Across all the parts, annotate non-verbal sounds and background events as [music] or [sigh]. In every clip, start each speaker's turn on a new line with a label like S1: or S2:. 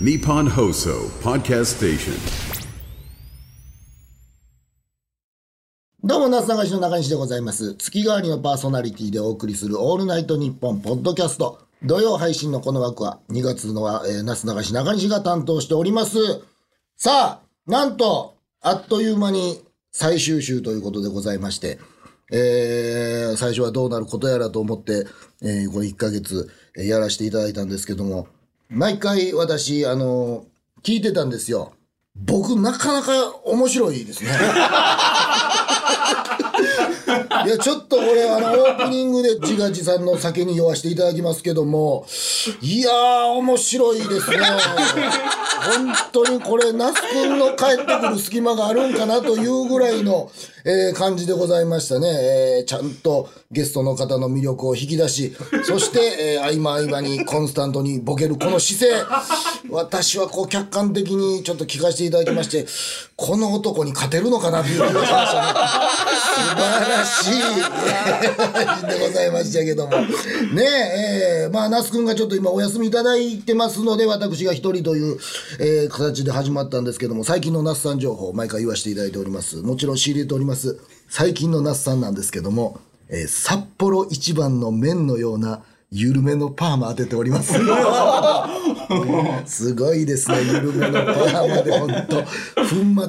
S1: Nippon Hoso Podcast Station.
S2: どうも、なすながしの中西でございます。月替わりのパーソナリティでお送りするオールナイトニッポンポッドキャスト。土曜配信のこの枠は、2月のは、えー、なすながし中西が担当しております。さあ、なんと、あっという間に最終週ということでございまして、えー、最初はどうなることやらと思って、えー、これ1ヶ月えーやらせていただいたんですけども、毎回私、あのー聞いてたんですよ。僕、なかなか面白いですね。いや、ちょっと俺、あの、オープニングで自画自賛の酒に酔わしていただきますけども、いやー、面白いですね。本当にこれ、那須君の帰ってくる隙間があるんかなというぐらいの、えー感じでございましたね。えーちゃんとゲストの方の魅力を引き出し、そして、えー合間合間にコンスタントにボケるこの姿勢。私はこう、客観的にちょっと聞かせていただきまして、この男に勝てるのかなという気がしましたね。素晴らしいでございましたけども。ねえ、えーまあ、那須くんがちょっと今お休みいただいてますので、私が一人という、えー形で始まったんですけども、最近の那須さん情報、毎回言わせていただいております。もちろん仕入れております。最近の那須さんなんですけども、えー札幌一番の麺のような、緩めのパーマ当てております。 [laughs] すごいですね、緩めのパーマで、本当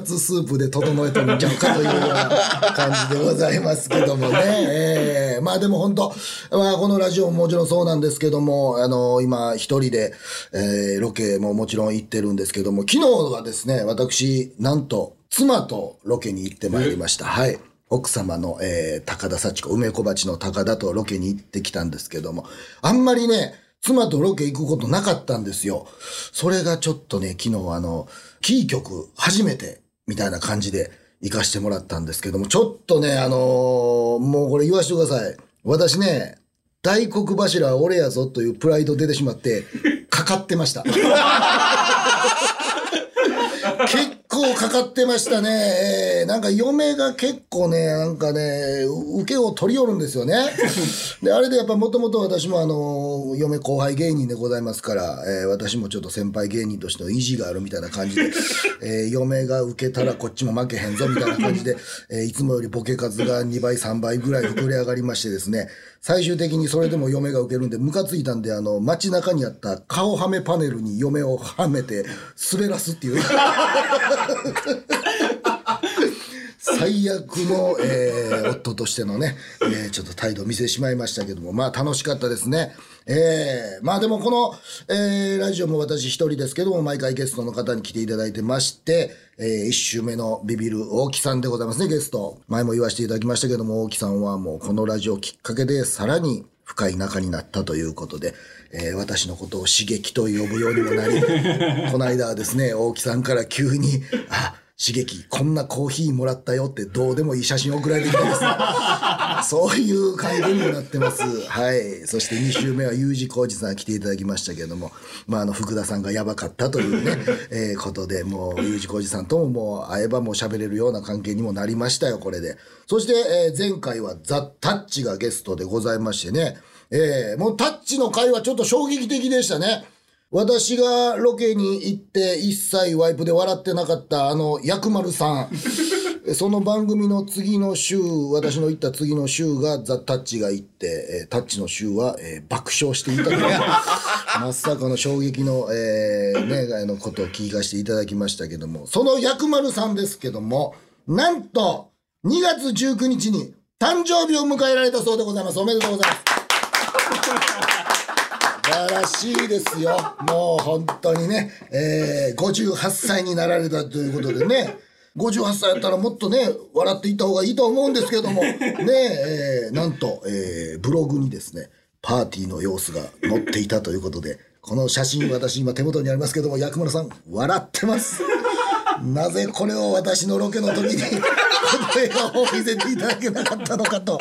S2: 粉末スープで整えてみちゃうかというような感じでございますけどもね。えーまあでも本当、まあ、このラジオももちろんそうなんですけども、あの今、一人で、えーロケももちろん行ってるんですけども、昨日はですね、私、なんと、妻とロケに行ってまいりました。はい。奥様の、えー高田幸子、梅小鉢の高田とロケに行ってきたんですけども、あんまりね、妻とロケ行くことなかったんですよ。それがちょっとね、昨日あの、キー局初めてみたいな感じで行かしてもらったんですけども、ちょっとね、あのーもうこれ言わしてください。私ね、大黒柱は俺やぞというプライド出てしまって、かかってました。結構かかってましたね。えーなんか嫁が結構ね、なんかね、う受けを取り寄るんですよね。で、あれでやっぱもともと私もあの、嫁後輩芸人でございますから、えー私もちょっと先輩芸人としての意地があるみたいな感じで、えー嫁が受けたらこっちも負けへんぞみたいな感じで、えーいつもよりボケ数が2倍、3倍ぐらい膨れ上がりましてですね、最終的にそれでも嫁が受けるんで、ムカついたんで、あの、街中にあった顔はめパネルに嫁をはめて滑らすっていう。最悪の、えー夫としてのね、えーちょっと態度を見せてしまいましたけども、まあ楽しかったですね。えーまあでもこの、えーラジオも私一人ですけども、毎回ゲストの方に来ていただいてまして、え1週目のビビる大木さんでございますね、ゲスト。前も言わせていただきましたけども、大木さんはもうこのラジオきっかけでさらに深い仲になったということで、えー私のことを刺激と呼ぶようにもなり、この間はですね、大木さんから急に、あ、刺激、こんなコーヒーもらったよってどうでもいい写真送られてきたんです。そういう会議にもなってます。はい。そして2週目は U 字工事さん来ていただきましたけれども、まあ、あの、福田さんがやばかったというね、 [laughs] えーことで、もう U 字工事さんとももう会えばもう喋れるような関係にもなりましたよ、これで。そして、えー前回はザ・タッチがゲストでございましてね、えーもうタッチの会はちょっと衝撃的でしたね。私がロケに行って一切ワイプで笑ってなかったあの薬丸さん。その番組の次の週、私の行った次の週がザ・タッチが行って、えータッチの週は、えー爆笑していたという、まさかの衝撃の、えーね、あのことを聞かせていただきましたけども、その薬丸さんですけども、なんと、2月19日に誕生日を迎えられたそうでございます。おめでとうございます。素晴らしいですよ。もう本当にね、えー、58歳になられたということでね、58歳やったらもっとね、笑っていった方がいいと思うんですけども、ねえーなんと、えーブログにですね、パーティーの様子が載っていたということで、この写真私今手元にありますけども、薬丸さん、笑ってます。なぜこれを私のロケの時にこの映画を見せていただけなかったのかと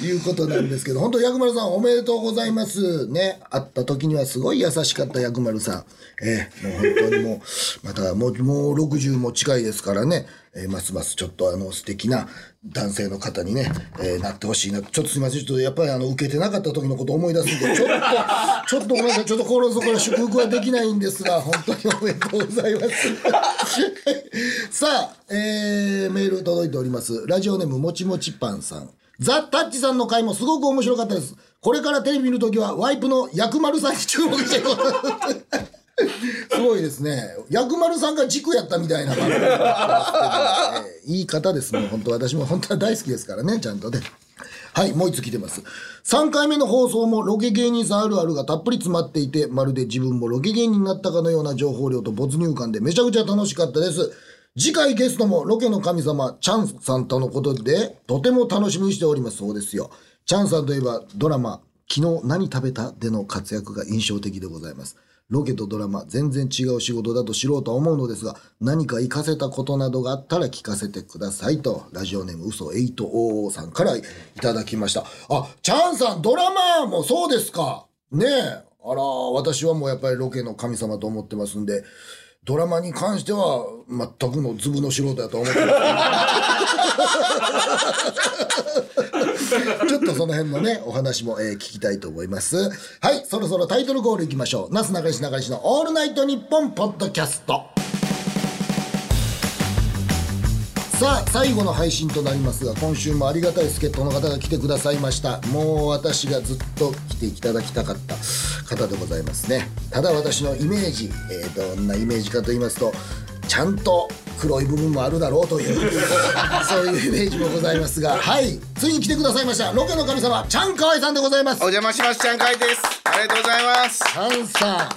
S2: いうことなんですけど本当薬丸さんおめでとうございますね会った時にはすごい優しかった薬丸さんええもう本当にもうまたもうもう60も近いですからねえーますますちょっとあの素敵な男性の方にね、えーなってほしいなちょっとすみませんちょっとやっぱりあの受けてなかった時のことを思い出すんでちょっと [laughs] ちょっとごめんなさいちょっと心の底から祝福はできないんですが本当におめでとうございます [laughs] さあ、えーメール届いておりますラジオネームもちもちパンさんザ・タッチさんの回もすごく面白かったですこれからテレビ見るときはワイプの薬丸さんに注目していこうすごいですね。薬丸さんが軸やったみたいな感じなんですけど、えーいい方ですもん。本当私も本当は大好きですからね、ちゃんとね。はい、もう一つ来てます。3回目の放送もロケ芸人さんあるあるがたっぷり詰まっていて、まるで自分もロケ芸人になったかのような情報量と没入感でめちゃくちゃ楽しかったです。次回ゲストもロケの神様、チャンさんとのことで、とても楽しみにしております。そうですよ。チャンさんといえばドラマ、昨日何食べたでの活躍が印象的でございます。ロケとドラマ、全然違う仕事だと素人は思うのですが、何か活かせたことなどがあったら聞かせてくださいと、ラジオネーム嘘800さんからいただきました。あ、チャンさん、ドラマもそうですか。ねえ。あら、私はもうやっぱりロケの神様と思ってますんで、ドラマに関しては全くのズブの素人やと思ってます。ちょっとその辺のね、お話も、えー聞きたいと思います。はい、そろそろタイトルコールいきましょう。なすなかにしなかにしのオールナイトニッポンポッドキャスト。さあ最後の配信となりますが今週もありがたい助っ人の方が来てくださいましたもう私がずっと来ていただきたかった方でございますねただ私のイメージ、えーどんなイメージかと言いますとちゃんと黒い部分もあるだろうという [laughs] そういうイメージもございますがはいついに来てくださいましたロケの神様ちゃんかわいさんでございます
S3: お邪魔しますちゃんかいですありがとうございます
S2: チャンさん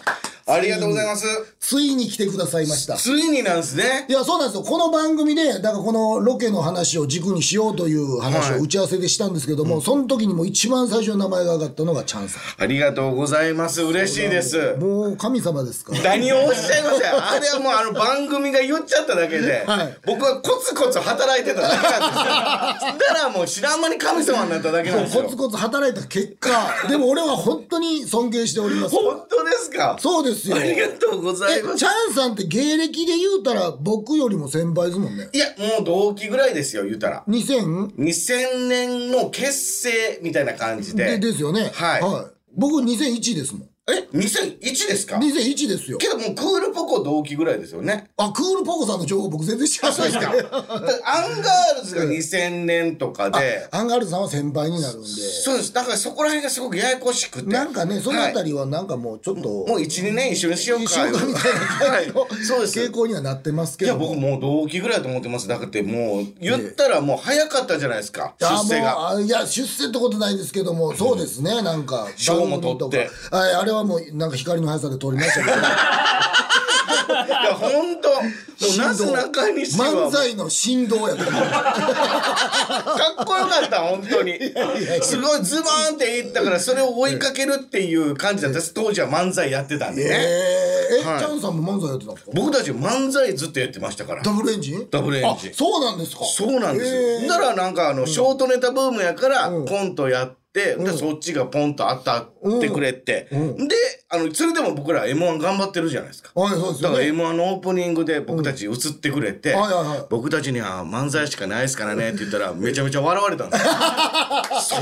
S3: ありがとうございます
S2: ついに来てくださいました
S3: ついになんですね
S2: いや、そうなんですよ。この番組で、だからこのロケの話を軸にしようという話
S3: は
S2: を
S3: い
S2: 打ち合わせでしたんですけども、その時にもう一番最初の名前が上がったのがチャンさ
S3: ありがとうございます嬉しいです
S2: ん。もう神様ですから。
S3: 何をおっしゃいませんあれはもうあの番組が言っちゃっただけで、
S2: はい
S3: 僕はコツコツ働いてただけなんですよだからもう知らん間に神様になっただけなんです
S2: コ
S3: よ
S2: ツコツ働いた結果、でも俺は本当に尊敬しております。
S3: 本当ですか
S2: そうですよ。
S3: ありがとうございま
S2: え
S3: す
S2: チャンさんって芸歴で言うたら僕よりも先輩ですもんね。
S3: いやもう同期ぐらいですよ言うたら
S2: 2000?
S3: 2000年の結成みたいな感じ
S2: で
S3: で
S2: ですよね。
S3: はい
S2: 僕2001ですもん。
S3: え2001ですか
S2: 2001ですよ。
S3: けどもうクールポコ同期ぐらいですよね
S2: あ、クールポコさんの情報僕全然知ら
S3: そ
S2: な
S3: う
S2: い
S3: ですかアンガールズが2000年とかで
S2: アンガールズさんは先輩になるんで。
S3: そうですだからそこら辺がすごくややこしくて
S2: なんかね、そのあた
S3: り、
S2: りはなんかもうちょっと、
S3: はいもう12年一緒にしようか
S2: 一緒だみたいな感じの
S3: [laughs] はいそうです
S2: 傾向にはなってますけ
S3: いや
S2: ども。
S3: 僕もう同期ぐらいだと思ってますだってもう言ったらもう早かったじゃないですか
S2: いや
S3: 出世が
S2: もうあいや出世ってことないですけどもそうですねなんか
S3: 賞も取って
S2: 番組とかはいあれはもうなんか光の速さで取りましたけど
S3: いや本当もう [laughs] なすなかにしは
S2: 漫才の振動や
S3: [laughs]
S2: から
S3: かっこよかった本当にすごいズバーンっていったからそれを追いかけるっていう感じだったです当時は漫才やってたん
S2: え
S3: で
S2: ー、
S3: ね
S2: え、
S3: はい
S2: チャンさんも漫才やってたんですか
S3: 僕たち漫才ずっとやってましたから
S2: ダブルエンジン
S3: ダブルエンジン
S2: あそうなんですか
S3: そうなんですよ、
S2: えー
S3: だからなんかあのショートネタブームやからコントやって、でそっちがポンと当たってくれて、であのそれでも僕ら m 1頑張ってるじゃないですか、
S2: はいそうです
S3: だ
S2: よ
S3: から
S2: ね
S3: m 1のオープニングで僕たち映ってくれて、
S2: うんはいはいはい
S3: 僕たちには漫才しかないですからねって言ったらめちゃめちゃ笑われたんで
S2: [laughs]
S3: すよ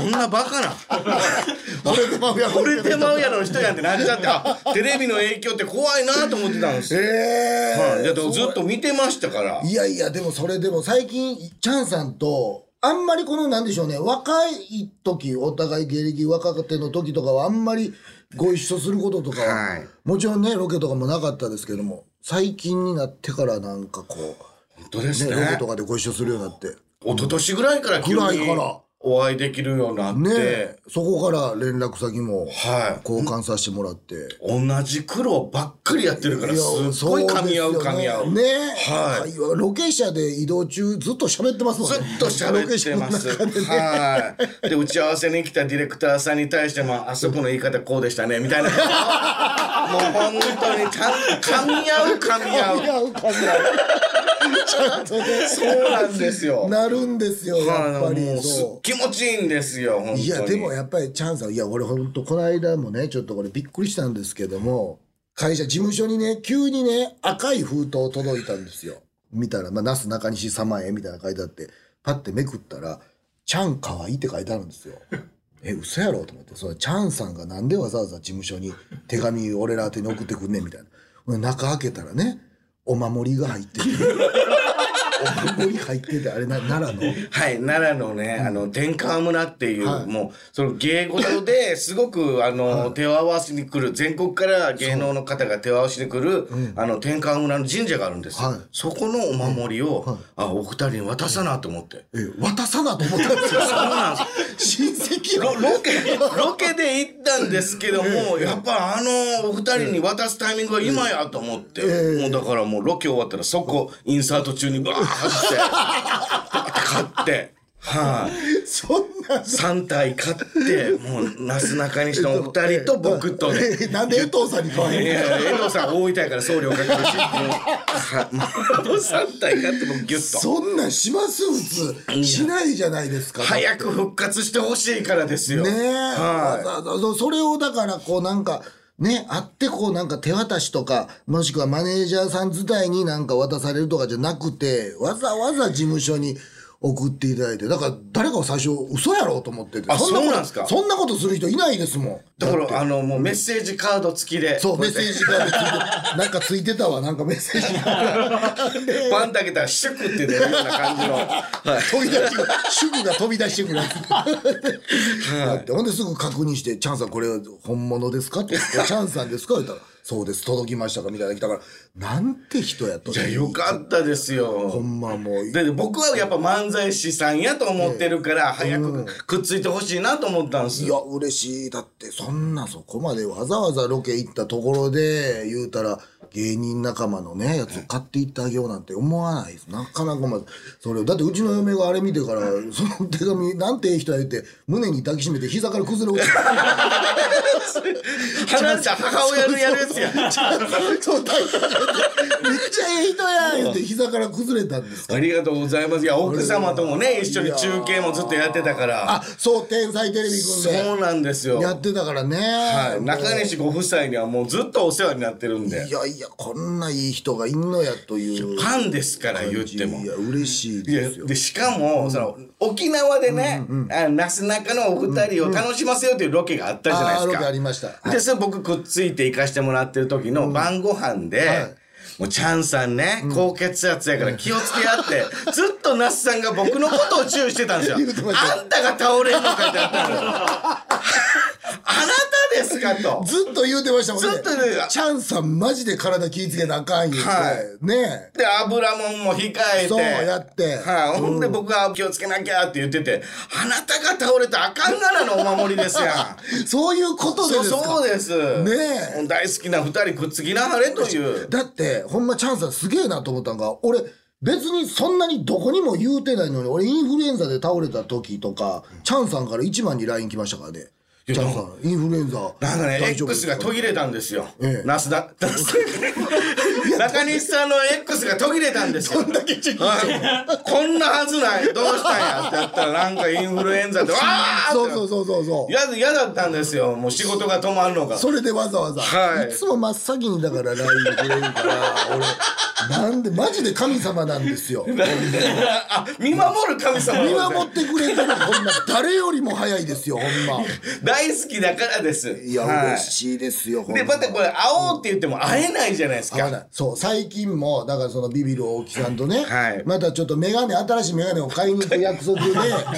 S3: そんなバカな
S2: これでマフィア
S3: これでマウヤの人やんってなっちゃってあテレビの影響って怖いなと思ってたんですよ、
S2: えー
S3: はい、だからずっと見てましたから
S2: いやいや、でもそれでも最近、チャンさんと、あんまりこの、なんでしょうね、若い時、お互い芸歴若手の時とかは、あんまりご一緒することとかは、
S3: はい
S2: もちろんね、ロケとかもなかったですけども、最近になってからなんかこ
S3: 本当で
S2: う、
S3: す
S2: ね、
S3: ね
S2: ロケとかでご一緒するようになって、
S3: 一昨年ぐらいから急に
S2: ぐらいから
S3: お会いできるようになって、
S2: ねえ、そこから連絡先も
S3: はい
S2: 交換させてもらって。
S3: 同じ苦労ばっかりやってるから
S2: いや
S3: すっごい噛み合う
S2: そですよ
S3: 噛み合う
S2: ね
S3: はい
S2: 会話ロケ車で移動中ずっと喋ってますもんね
S3: ずっと喋ってます。
S2: ロケ車の中でね
S3: はい。で、打ち合わせに来たディレクターさんに対しても、あそこの言い方こうでしたね、みたい
S2: [laughs]
S3: な。もう本当に、ちゃんと噛み合う、噛み
S2: 噛み
S3: 合う。
S2: 合う
S3: [laughs]
S2: 噛み合うちゃんとね
S3: そうなんですよ。
S2: なるんですよ [laughs] やっぱ
S3: はいも
S2: り
S3: うすっ
S2: そ
S3: 気持ちいいんですよ、本当
S2: う
S3: に。
S2: いやでもやっぱりチャンさんいや俺ほんとこの間もねちょっとこれびっくりしたんですけども会社事務所にね急にね赤い封筒届いたんですよ見たら、まあ、那須中西様へみたいなの書いてあって、パッてめくったら、ちゃんかわいいって書いてあるんですよ。 [laughs] え、嘘やろと思って、そのチャンさんがなんでわざわざ事務所に手紙俺ら宛てに送ってくんねんみたいな。ほんで中開けたらね、お守りが入
S3: [laughs]
S2: ってて。お守り入ってて、あれな、奈良の。
S3: はい、奈良のね、あの、天川村っていう、
S2: はい
S3: もう、その芸事 [laughs] ですごく、あの、手を合わしに来る、全国から芸能の方が手を合わしに来る、あの、天川村の神社があるんですよ。
S2: はい
S3: そこのお守りを、あ、お二人に渡さなと思って。
S2: え、渡さなと思ったんですよ。
S3: そうなんです
S2: 親戚や
S3: ロロケ、 [laughs] ロケで行ったんですけども、やっぱあのお二人に渡すタイミングは今やと思って、もうだからもうロケ終わったらそこ、インサート中にバーッ走って、バ [laughs] ーッて買って、はい、
S2: そんな。
S3: 3体買って、もうなすなかに
S2: [laughs]
S3: しのお二人と僕とね、
S2: えなんで江藤さんに買わへん
S3: い
S2: の
S3: やいや江藤さん大分やから送料かかるし、もうはいもう3体買ってもうギュッと。
S2: そんなんします普通。しないじゃないですか。
S3: 早く復活してほしいからですよ。
S2: ねえ、
S3: はい。
S2: わざわざそれをだからこうなんかねあってこうなんか手渡しとかもしくはマネージャーさん自体になんか渡されるとかじゃなくてわざわざ事務所に送っていただいてだから誰かを最初嘘やろうと思ってて
S3: あ
S2: こと
S3: そうなんすか
S2: そんなことする人いないですもん
S3: だからあのもうメッセージカード付きで
S2: そうメッセージがついてなんかついてたわなんかメッセージが
S3: バンだけたらシュッって出るような感じの、
S2: [laughs]
S3: はい、
S2: 飛び出してくる主婦が飛び出してくるやつだってほんですぐ確認して「チャンさんこれ本物ですか?」って「これチャンさんですか?」言ったら「そうです届きましたか?」みたいなの来たからなんて人やと
S3: いやよかったです
S2: ほ
S3: よ
S2: んまもう
S3: でで僕はやっぱ漫才師さんやと思ってるから早くくっついてほしいなと思ったんです
S2: い
S3: よ
S2: や嬉しいだってそんなそこまでわざわざロケ行ったところで言うたら芸人仲間のねやつを買っていってあげようなんて思わないですなかなかまずそれをだってうちの嫁があれ見てから [laughs] その手紙なんてええ人や言って胸に抱きしめて膝から崩れ落ちた。
S3: 離れた母親のやるやつや
S2: そう大変めっちゃええ人やん言って膝から崩れたんですか
S3: ありがとうございますいや奥様ともね一緒に中継もずっとやってたから
S2: あそう「天才テレビくん」
S3: そ
S2: で
S3: うなんですよ
S2: やってたからね、
S3: はい、中西ご夫妻にはもうずっとお世話になってるんで
S2: いやいやこんないい人がいんのやという
S3: ファンですから言っても
S2: いや嬉しい
S3: いや
S2: ですよ
S3: でしかも、その沖縄でね、あなすなかのお二人を楽しませようというロケがあったじゃない
S2: あー
S3: で
S2: ロ
S3: す
S2: ケ
S3: か。
S2: ありましたはい
S3: でそれ僕くっついて行かしてもらってる時の晩ご飯で、もうチャンさんね高血圧やから気をつけ
S2: [laughs]
S3: 合って、ずっと那須さんが僕のことを注意してたんですよ。
S2: 言うてました
S3: あんたが倒れるのかってあっ
S2: [laughs]
S3: たのよあなたですかと。
S2: ずっと言うてましたもんね
S3: ずっと言うてた
S2: チャンさんマジで体気ぃつけなあかん言うて、
S3: はい
S2: ね
S3: で油もんも控えて
S2: そうやって
S3: はい、ほんで僕は気をつけなきゃって言ってて「あなたが倒れたらあかんがなのお守りですやん」
S2: え [laughs] そういうことで
S3: そ
S2: です
S3: う
S2: か
S3: そうです
S2: ねえ
S3: 大好きな二人くっつきなはれという
S2: だってほんまチャンさんすげえなと思ったんが俺別にそんなにどこにも言うてないのに俺インフルエンザで倒れた時とか、チャンさんから一番に LINE 来ましたからねチャンさんインフルエンザ
S3: なんかね
S2: 大丈夫です
S3: X が途切れたんですよ、
S2: ええ
S3: ナ
S2: [laughs]
S3: スダ中西さんの X が途切れたんですよ
S2: だけチェック
S3: はいこんなはずないどうしたんやってやったらなんかインフルエンザでわー
S2: そう
S3: って
S2: そうそうそうそう
S3: ややだったんですよもう仕事が止まるのが
S2: それでわざわざ、
S3: はい
S2: つも真っ先にだから LINE くれるから俺なんでマジで神様なんです
S3: [laughs]
S2: よ
S3: [laughs] あ見守る神様
S2: 見守ってくれてるこんな誰よりも早いですよほんま
S3: 大好きだからです
S2: いや、
S3: はい
S2: 嬉しいですよほん
S3: でまたこれ会おうって言っても会えないじゃないです
S2: 合
S3: か、
S2: わないそう最近もだからそのビビる大木さんとね、
S3: はい
S2: またちょっと眼鏡新しい眼鏡を買いに行く約束で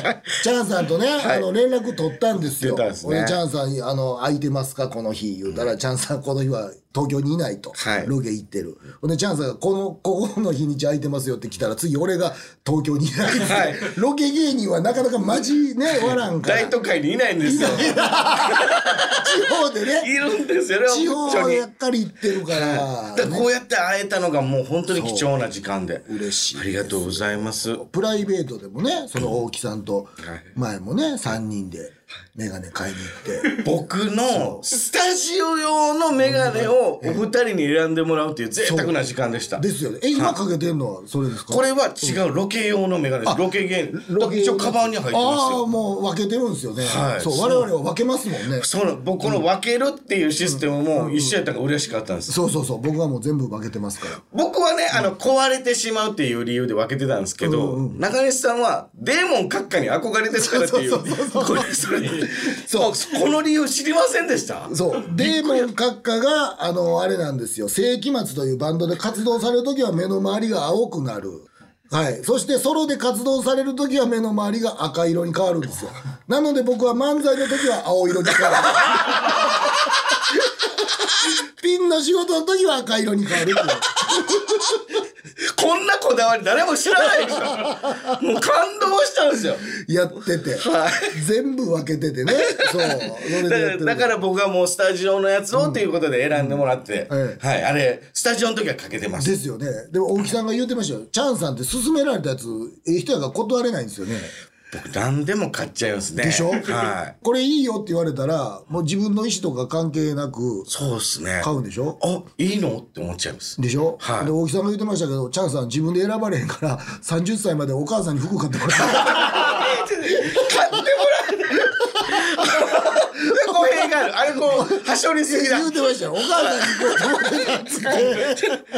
S3: [laughs]
S2: チャンさんとね、あの連絡取ったんですよ
S3: 出たんですね
S2: 俺チャンさんにあの「空いてますかこの日」言うたら、チャンさんこの日は東京にいないと、
S3: はい
S2: ロケ行ってるほんでチャンさんが「このここの日にち空いてますよ」って来たら次俺が東京にいない、
S3: はい
S2: ロケ芸人はなかなかマジねわらんから
S3: 大都会にいないんですよ
S2: 地方で
S3: い
S2: ね
S3: るんですよね
S2: 地
S3: 本
S2: 方
S3: 当に
S2: やっかり行ってるから、
S3: だからこうやって会えたのがもう本当に貴重な時間で
S2: 嬉しい
S3: ありがとうございます
S2: プライベートでもねその大木さんと前もね3人でメガネ買いに行って。
S3: 僕のスタジオ用のメガネをお二人に選んでもらうっていう贅沢な時間でした。
S2: ですよね。え、今かけてんのはそれですか
S3: これは違うロケ用のメガネです。ロケ芸人。だから一応カバンに入ってます
S2: ああ、
S3: よ。
S2: もう分けてるんですよね。
S3: はい
S2: そう、我々は分けますもんね。
S3: その僕の分けるっていうシステムも一緒やったから嬉しかったんです。
S2: そうそうそう、僕はもう全部分けてますから。
S3: 僕はね、あの、壊れてしまうっていう理由で分けてたんですけど、中西さんは、デーモン閣下に憧れてたからっていう、これ、それ、そう、この理由知りませんでした
S2: そう。デーモン閣下が、あの、あれなんですよ。世紀末というバンドで活動されるときは目の周りが青くなる。はい。そしてソロで活動されるときは目の周りが赤色に変わるんですよ。なので僕は漫才のときは青色に変わる。ピンの仕事のときは赤色に変わるっていう。
S3: こんなこだわり誰も知らない [laughs] ですよ。もう感動したんですよ。
S2: やってて、全部分けててね。そう。それでやって
S3: だ
S2: る
S3: だから僕はもうスタジオのやつをっていうことで選んでもらって、
S2: うんええ
S3: はい、あれ、スタジオの時はかけてます。
S2: ですよね。でも大木さんが言ってましたよ。チャンさんって勧められたやつ、ええ人やから断れないんですよね。
S3: 僕何でも買っちゃいますね。
S2: でしょ
S3: はい。
S2: これいいよって言われたら、もう自分の意思とか関係なく
S3: そうですね。
S2: 買うんでしょ
S3: あ、いいのって思っちゃいます。
S2: でしょ、
S3: はい
S2: で、大木さんが言ってましたけど、チャンさん自分で選ばれへんから、30歳までお母さんに服買ってもら
S3: [laughs]
S2: った。
S3: 買ってもらう。語弊がある。あれこう、はしょりすぎだ。
S2: 言ってましたよ。お母さんに服
S3: [laughs]
S2: 買ってもらったっつって。
S3: なんか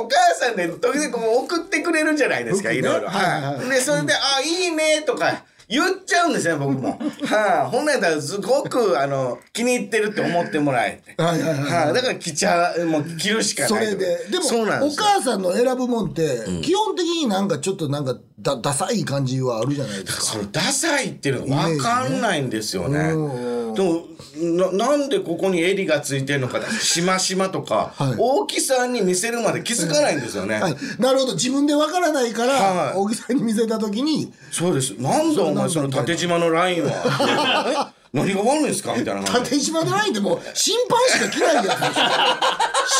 S3: お母さんで時々こう送ってくれるじゃないですか、
S2: 僕ね
S3: いろいろ。
S2: はい
S3: は。
S2: はい
S3: で、それで、あ、いいねとか言っちゃうんですね、僕
S2: [laughs]
S3: も。はい。本来だったらすごく、あの、気に入ってるって思ってもらえて。
S2: はいはいはいはい
S3: だから着ちゃう、もう着るしか
S2: そ
S3: ない。
S2: れで、でも
S3: そうなんで
S2: お
S3: すよ。
S2: 母さんの選ぶもんって、基本的になんかちょっとなんかだ、ダサい感じはあるじゃないですか。
S3: そのダサいっていうのが分かんないんですよね。
S2: う
S3: でもななんでここに襟がついてるのかしましまとか、
S2: はい
S3: 大きさに見せるまで気づかないんですよね。
S2: はい、なるほど自分でわからないから、
S3: はい
S2: 大木さんに見せた時に [laughs]
S3: そうです。なんだお前その縦縞のライン
S2: [laughs]
S3: は。何が悪いんですかみたいな感じで。
S2: 縦島のラインでもう審判しか来ないやつでしょ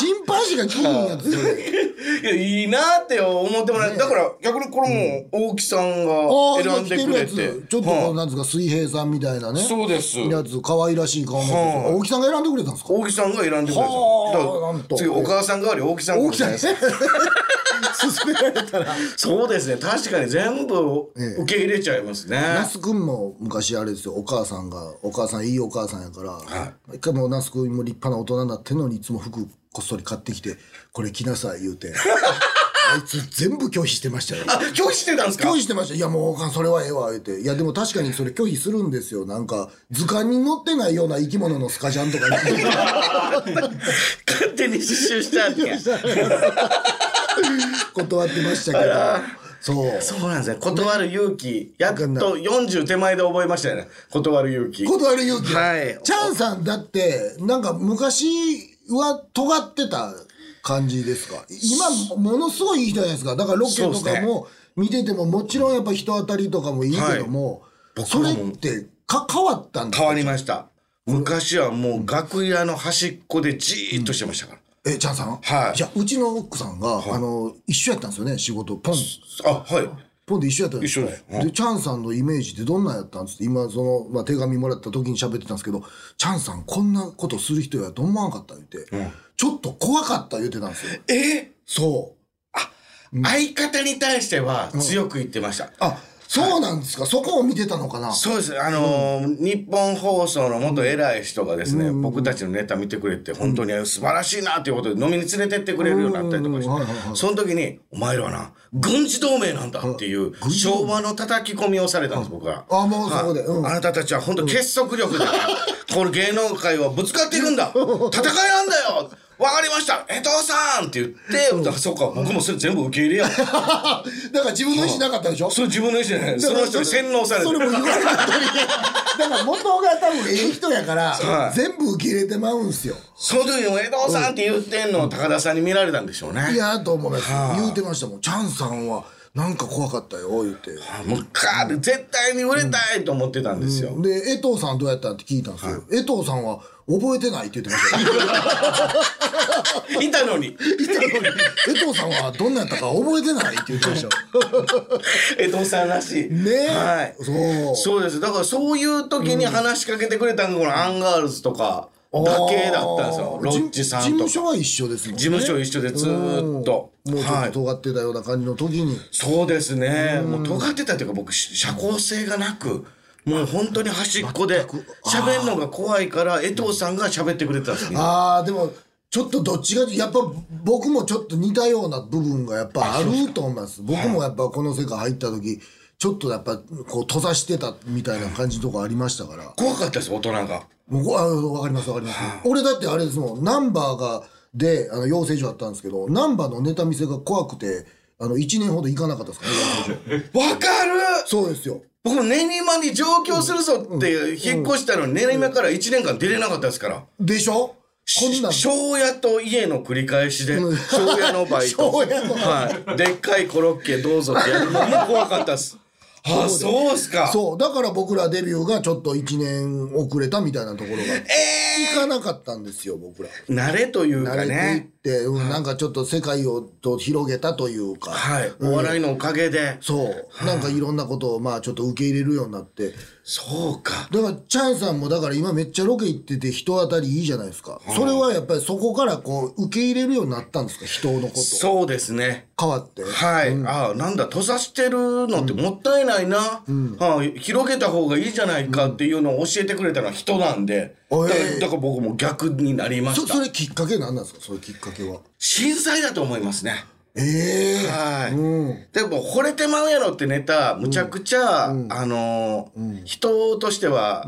S2: 審判しか来ないやつで
S3: いや、いいなって思ってもらえ、だから逆にこれも大木さん
S2: ああ
S3: が
S2: 今
S3: 選ん
S2: 来
S3: で
S2: て
S3: く
S2: る
S3: れ
S2: や
S3: て。
S2: つちょっと
S3: は
S2: こうなんですか水平さんみたいなね
S3: いそうです。
S2: やつ可愛らしい顔のやつでし
S3: は
S2: ょ
S3: い
S2: 大木さんが選んでくれたんですか
S3: 大木さんが選んでくれたんですよ。
S2: はあ
S3: だから
S2: なんと
S3: 次お母さん代わり大木さんか
S2: 大
S3: も
S2: 木
S3: しれ
S2: さん
S3: ない
S2: ね
S3: です
S2: 勧められたら
S3: そうですね確かに全部
S2: ええ
S3: 受け入れちゃいますね、
S2: [laughs] 那須君も昔あれですよお母さんがお母さんいいお母さんやから、一回もう那須君も立派な大人になってんのにいつも服こっそり買ってきてこれ着なさい言う
S3: [laughs]
S2: てあいつ全部拒否してましたよ
S3: あ拒否してたんですか
S2: 拒否してました。いや、もう、おかんそれはええわ、言うて。いや、でも確かにそれ拒否するんですよ。なんか、図鑑に載ってないような生き物のスカジャンとか言って
S3: 勝手に刺繍した
S2: [laughs]
S3: んですか
S2: 断ってましたけど。そう。
S3: そうなんですね断る勇気やっと
S2: わかんない
S3: 40手前で覚えましたよね断る勇気
S2: 断る勇気。
S3: はい
S2: チャンさんだって、なんか昔は尖ってた感じですか今、ものすごいいい人じゃないですか。だからロケと
S3: そうで
S2: か
S3: すね
S2: も見てても、もちろんやっぱ人当たりとかもいいけども、それってか変わったんだ
S3: 変。わりました昔はもう楽屋の端っこでじーっとしてましたから、
S2: え、チャンさん
S3: はい
S2: いや、うちの奥さんが、あの、一緒やったんですよね、仕事。ポン。
S3: あはい
S2: ポンで一緒やったん
S3: 一緒ですうん
S2: で、チャンさんのイメージってどんなんやったんですって、今、その、まあ、手紙もらった時に喋ってたんですけど、チャンさんこんなことする人やと思わなかった言って、ちょっと怖かった言ってたんですよ。
S3: え
S2: そ
S3: 相方に対しては強く言ってました、
S2: う。あ、そうなんですか、そこを見てたのかな
S3: そうですねあのー日本放送の元偉い人がですね、僕たちのネタ見てくれて本当に素晴らしいなということで飲みに連れてってくれるようになったりとかして、
S2: うんはいはいはい
S3: その時に「お前らはな軍事同盟なんだ」っていう昭和の叩き込みをされたんです僕は。
S2: あ、もうそこで。うん。
S3: あなたたちは本当結束
S2: [laughs]
S3: 力で、この芸能界はぶつかっていくんだ戦いなんだよわかりました江藤さんって言って、だからそうか、僕もそれ全部受け入れよう。
S2: [laughs] だから自分の意思なかったでしょ
S3: それ自分の意思じゃない。その人に洗脳されて
S2: それも言わなかったりねだから元が多分ええ人やから、
S3: はい
S2: 全部受け入れてまうんすよ。
S3: その時に江藤さんって言ってんのを高田さんに見られたんでしょうね。
S2: いやと思います、言うてましたもんチャンさんはなんか怖かったよ言って
S3: あもうカーって絶対に売れたいと思ってたんですよ、
S2: で江藤さんどうやったって聞いたんですよ、江藤さんは覚えてないって言ってました
S3: [laughs]
S2: よ
S3: いた
S2: [laughs]
S3: のに
S2: 江藤さんはどんなやったか覚えてないって言ってましたよ
S3: 江藤さんらしい
S2: ねえ
S3: はい
S2: そう
S3: そうですだからそういう時に話しかけてくれたのがこのアンガールズとかだけだったんですよロッチさん
S2: 事務
S3: とか事
S2: 所は一緒ですもんね
S3: 務所一緒でずーっと
S2: うんもうちょ
S3: は
S2: っと
S3: い
S2: 尖ってたような感じの時に、
S3: そうですねもう尖ってたというか僕し社交性がなくもう本当に端っこで喋るのが怖いから江藤さんが喋ってくれてたんですよ
S2: ああでもちょっとどっちがやっぱ僕もちょっと似たような部分がやっぱあると思います僕もやっぱこの世界入った時ちょっとやっぱこう閉ざしてたみたいな感じのとこありましたから
S3: 怖かったです大人が
S2: もうこあわかりますわかります俺だってあれですもんナンバーがであの養成所あったんですけどナンバーのネタ見せが怖くてあの1年ほど行かなかったですから養成所
S3: わかる
S2: そうですよ
S3: 僕練馬に上京するぞって引っ越したのに練馬から1年間出れなかったですから
S2: でしょこんなん
S3: 庄屋と家の繰り返しで庄屋
S2: [laughs]
S3: のバイト
S2: 庄屋の
S3: はい、でっかいコロッケどうぞってやるのも怖かった
S2: [laughs]
S3: っすあそうっすか
S2: そうだから僕らデビューがちょっと1年遅れたみたいなところが行かなかったんですよ僕ら
S3: 慣れという
S2: 慣
S3: か
S2: れていっ
S3: ね
S2: て、うん、なんかちょっと世界をと広げたというか、
S3: はいお笑いのおかげで
S2: そうなんかいろんなことをまあちょっと受け入れるようになって
S3: そうか
S2: だからチャンさんもだから今めっちゃロケ行ってて人当たりいいじゃないですか、それはやっぱりそこからこう受け入れるようになったんですか人のこと
S3: そうですね
S2: 変わって
S3: はい、あなんだ閉ざしてるのってもったいないな、はい広げた方がいいじゃないかっていうのを教えてくれたのは人なんで、
S2: うん
S3: だか
S2: え
S3: ら
S2: ー
S3: だから僕も逆になりま
S2: そ
S3: し
S2: そ
S3: た
S2: れきっかけなんなんですかそれきっかけは
S3: 震災だと思いますね
S2: ええ
S3: はい、
S2: うん
S3: でも「惚れてまうやろ」ってネタむちゃくちゃ、あのー人としては、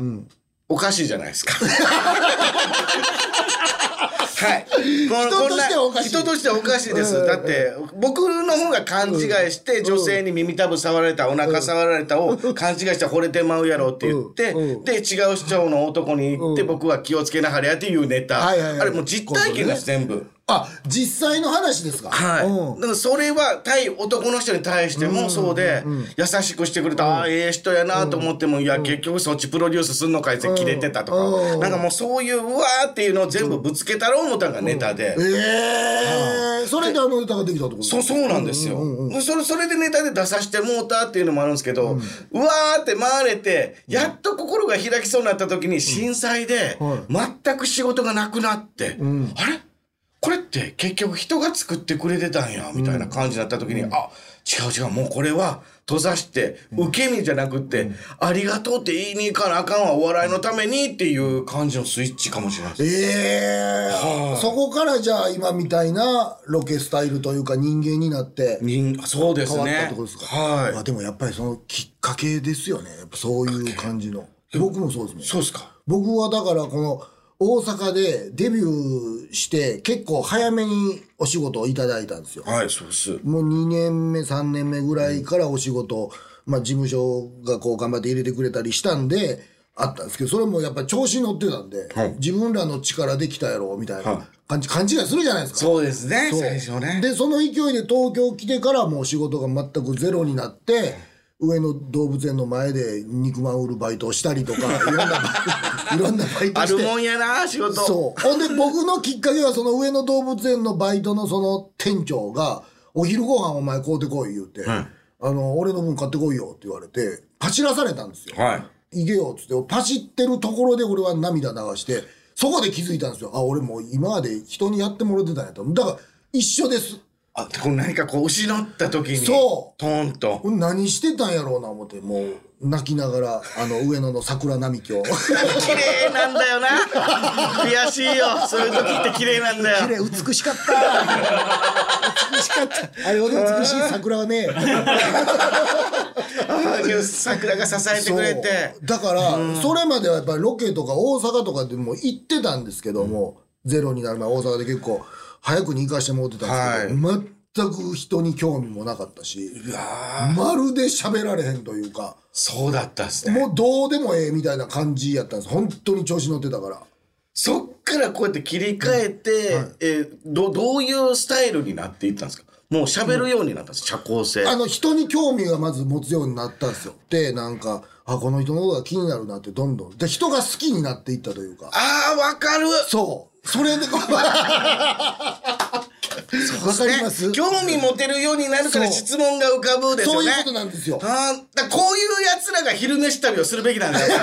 S3: おかしいじゃない
S2: [laughs]
S3: ですか。はい、
S2: 人としてはおかしい
S3: 人としてはおかしいです、だって僕の方が勘違いして、女性に耳たぶ触られたお腹触られたを勘違いして惚れてまうやろって言って、
S2: うんうん
S3: で違う市長の男に行って、僕は気をつけなはれやっていうネタ、
S2: はいはいはい
S3: あれもう実体験です、全部。
S2: あ実際の話ですか
S3: はい、
S2: うん
S3: だからそれは対男の人に対してもそうで、優しくしてくれた、ああええ人やなと思っても、いや結局そっちプロデュースすんのかいって切れてたとか、
S2: うん
S3: なんかもうそういううわーっていうのを全部ぶつけたろう思ったのがネタで、
S2: ええそれであのネタができたってこと
S3: そそうなんですよ、それそれでネタで出さしてもうたっていうのもあるんですけど、うわーって回れてやっと心が開きそうになった時に震災で全く仕事がなくなって、あれこれって結局人が作ってくれてたんやみたいな感じだった時に、あ違う違うもうこれは閉ざして受け身じゃなくって、ありがとうって言いに行かなあかんわお笑いのためにっていう感じのスイッチかもしれないです。
S2: ええそこからじゃあ今みたいなロケスタイルというか人間になって
S3: 人そうです
S2: 変
S3: ね
S2: わったってことですか、
S3: はい
S2: まあ、でもやっぱりそのきっかけですよねやっぱそういう感じの僕もそうですね
S3: そうですか
S2: 僕はだからこの大阪でデビューして結構早めにお仕事をいただいたんですよ
S3: はいそうです
S2: もう2年目3年目ぐらいからお仕事、まあ事務所がこう頑張って入れてくれたりしたんであったんですけどそれもやっぱり調子に乗ってたんで、
S3: はい
S2: 自分らの力できたやろみたい
S3: はい
S2: な感じ、勘違いするじゃないですか。
S3: そうですね、
S2: そう
S3: 最初ね。
S2: でその勢いで東京来てからもう仕事が全くゼロになって上野動物園の前で肉まん売るバイトをしたりとかいろん
S3: [laughs]
S2: なバイトいろんなバイト
S3: あ
S2: し
S3: る
S2: て
S3: もんやな、仕事。
S2: そう。ほんで、僕のきっかけは、その上野動物園のバイトのその店長が、お昼ご飯お前買うてこい言うて、あの、俺の分買ってこいよって言われて、走らされたんですよ。
S3: はい。
S2: 行けよっつって、パシってるところで俺は涙流して、そこで気づいたんですよ。あ、俺もう今まで人にやってもらってたんやと。だから、一緒です。
S3: あ、こう何かこう失った時に。
S2: そう
S3: トーンと。
S2: 俺何してたんやろうな思って、もう泣きながら、あの、上野の桜並木を。
S3: 綺麗なんだよな。悔しいよ。そういう時って綺麗なんだ
S2: 綺
S3: よ。
S2: 麗美しか [laughs] った美しかったあれほど美しい桜はね
S3: ああけど桜が支えてくれて。
S2: だからそれまではやっぱりロケとか大阪とかでも行ってたんですけども、ゼロになる前大阪で結構早くに行かしてもらってたんですけど、全く人に興味もなかったしまるで喋られへんというか
S3: そうだったっすね。
S2: もうどうでもええみたいな感じやったんです本当に調子乗ってたから。
S3: そっからこうやって切り替えて、えーど、どういうスタイルになっていったんですかもう喋るようになったんです社交性
S2: あの人に興味がまず持つようになったんですよ。でなんかあこの人のことが気になるなってどんどんで人が好きになっていったというか
S3: あーわかる
S2: そうそ
S3: [laughs]
S2: れでわかります、
S3: ね興味持てるようになるから
S2: そう
S3: 質問が浮かぶです
S2: そ
S3: よ
S2: うい
S3: ね
S2: うことなんですよ。
S3: あーだからこういうやつらが昼飯旅をするべきなんだよ
S2: [laughs]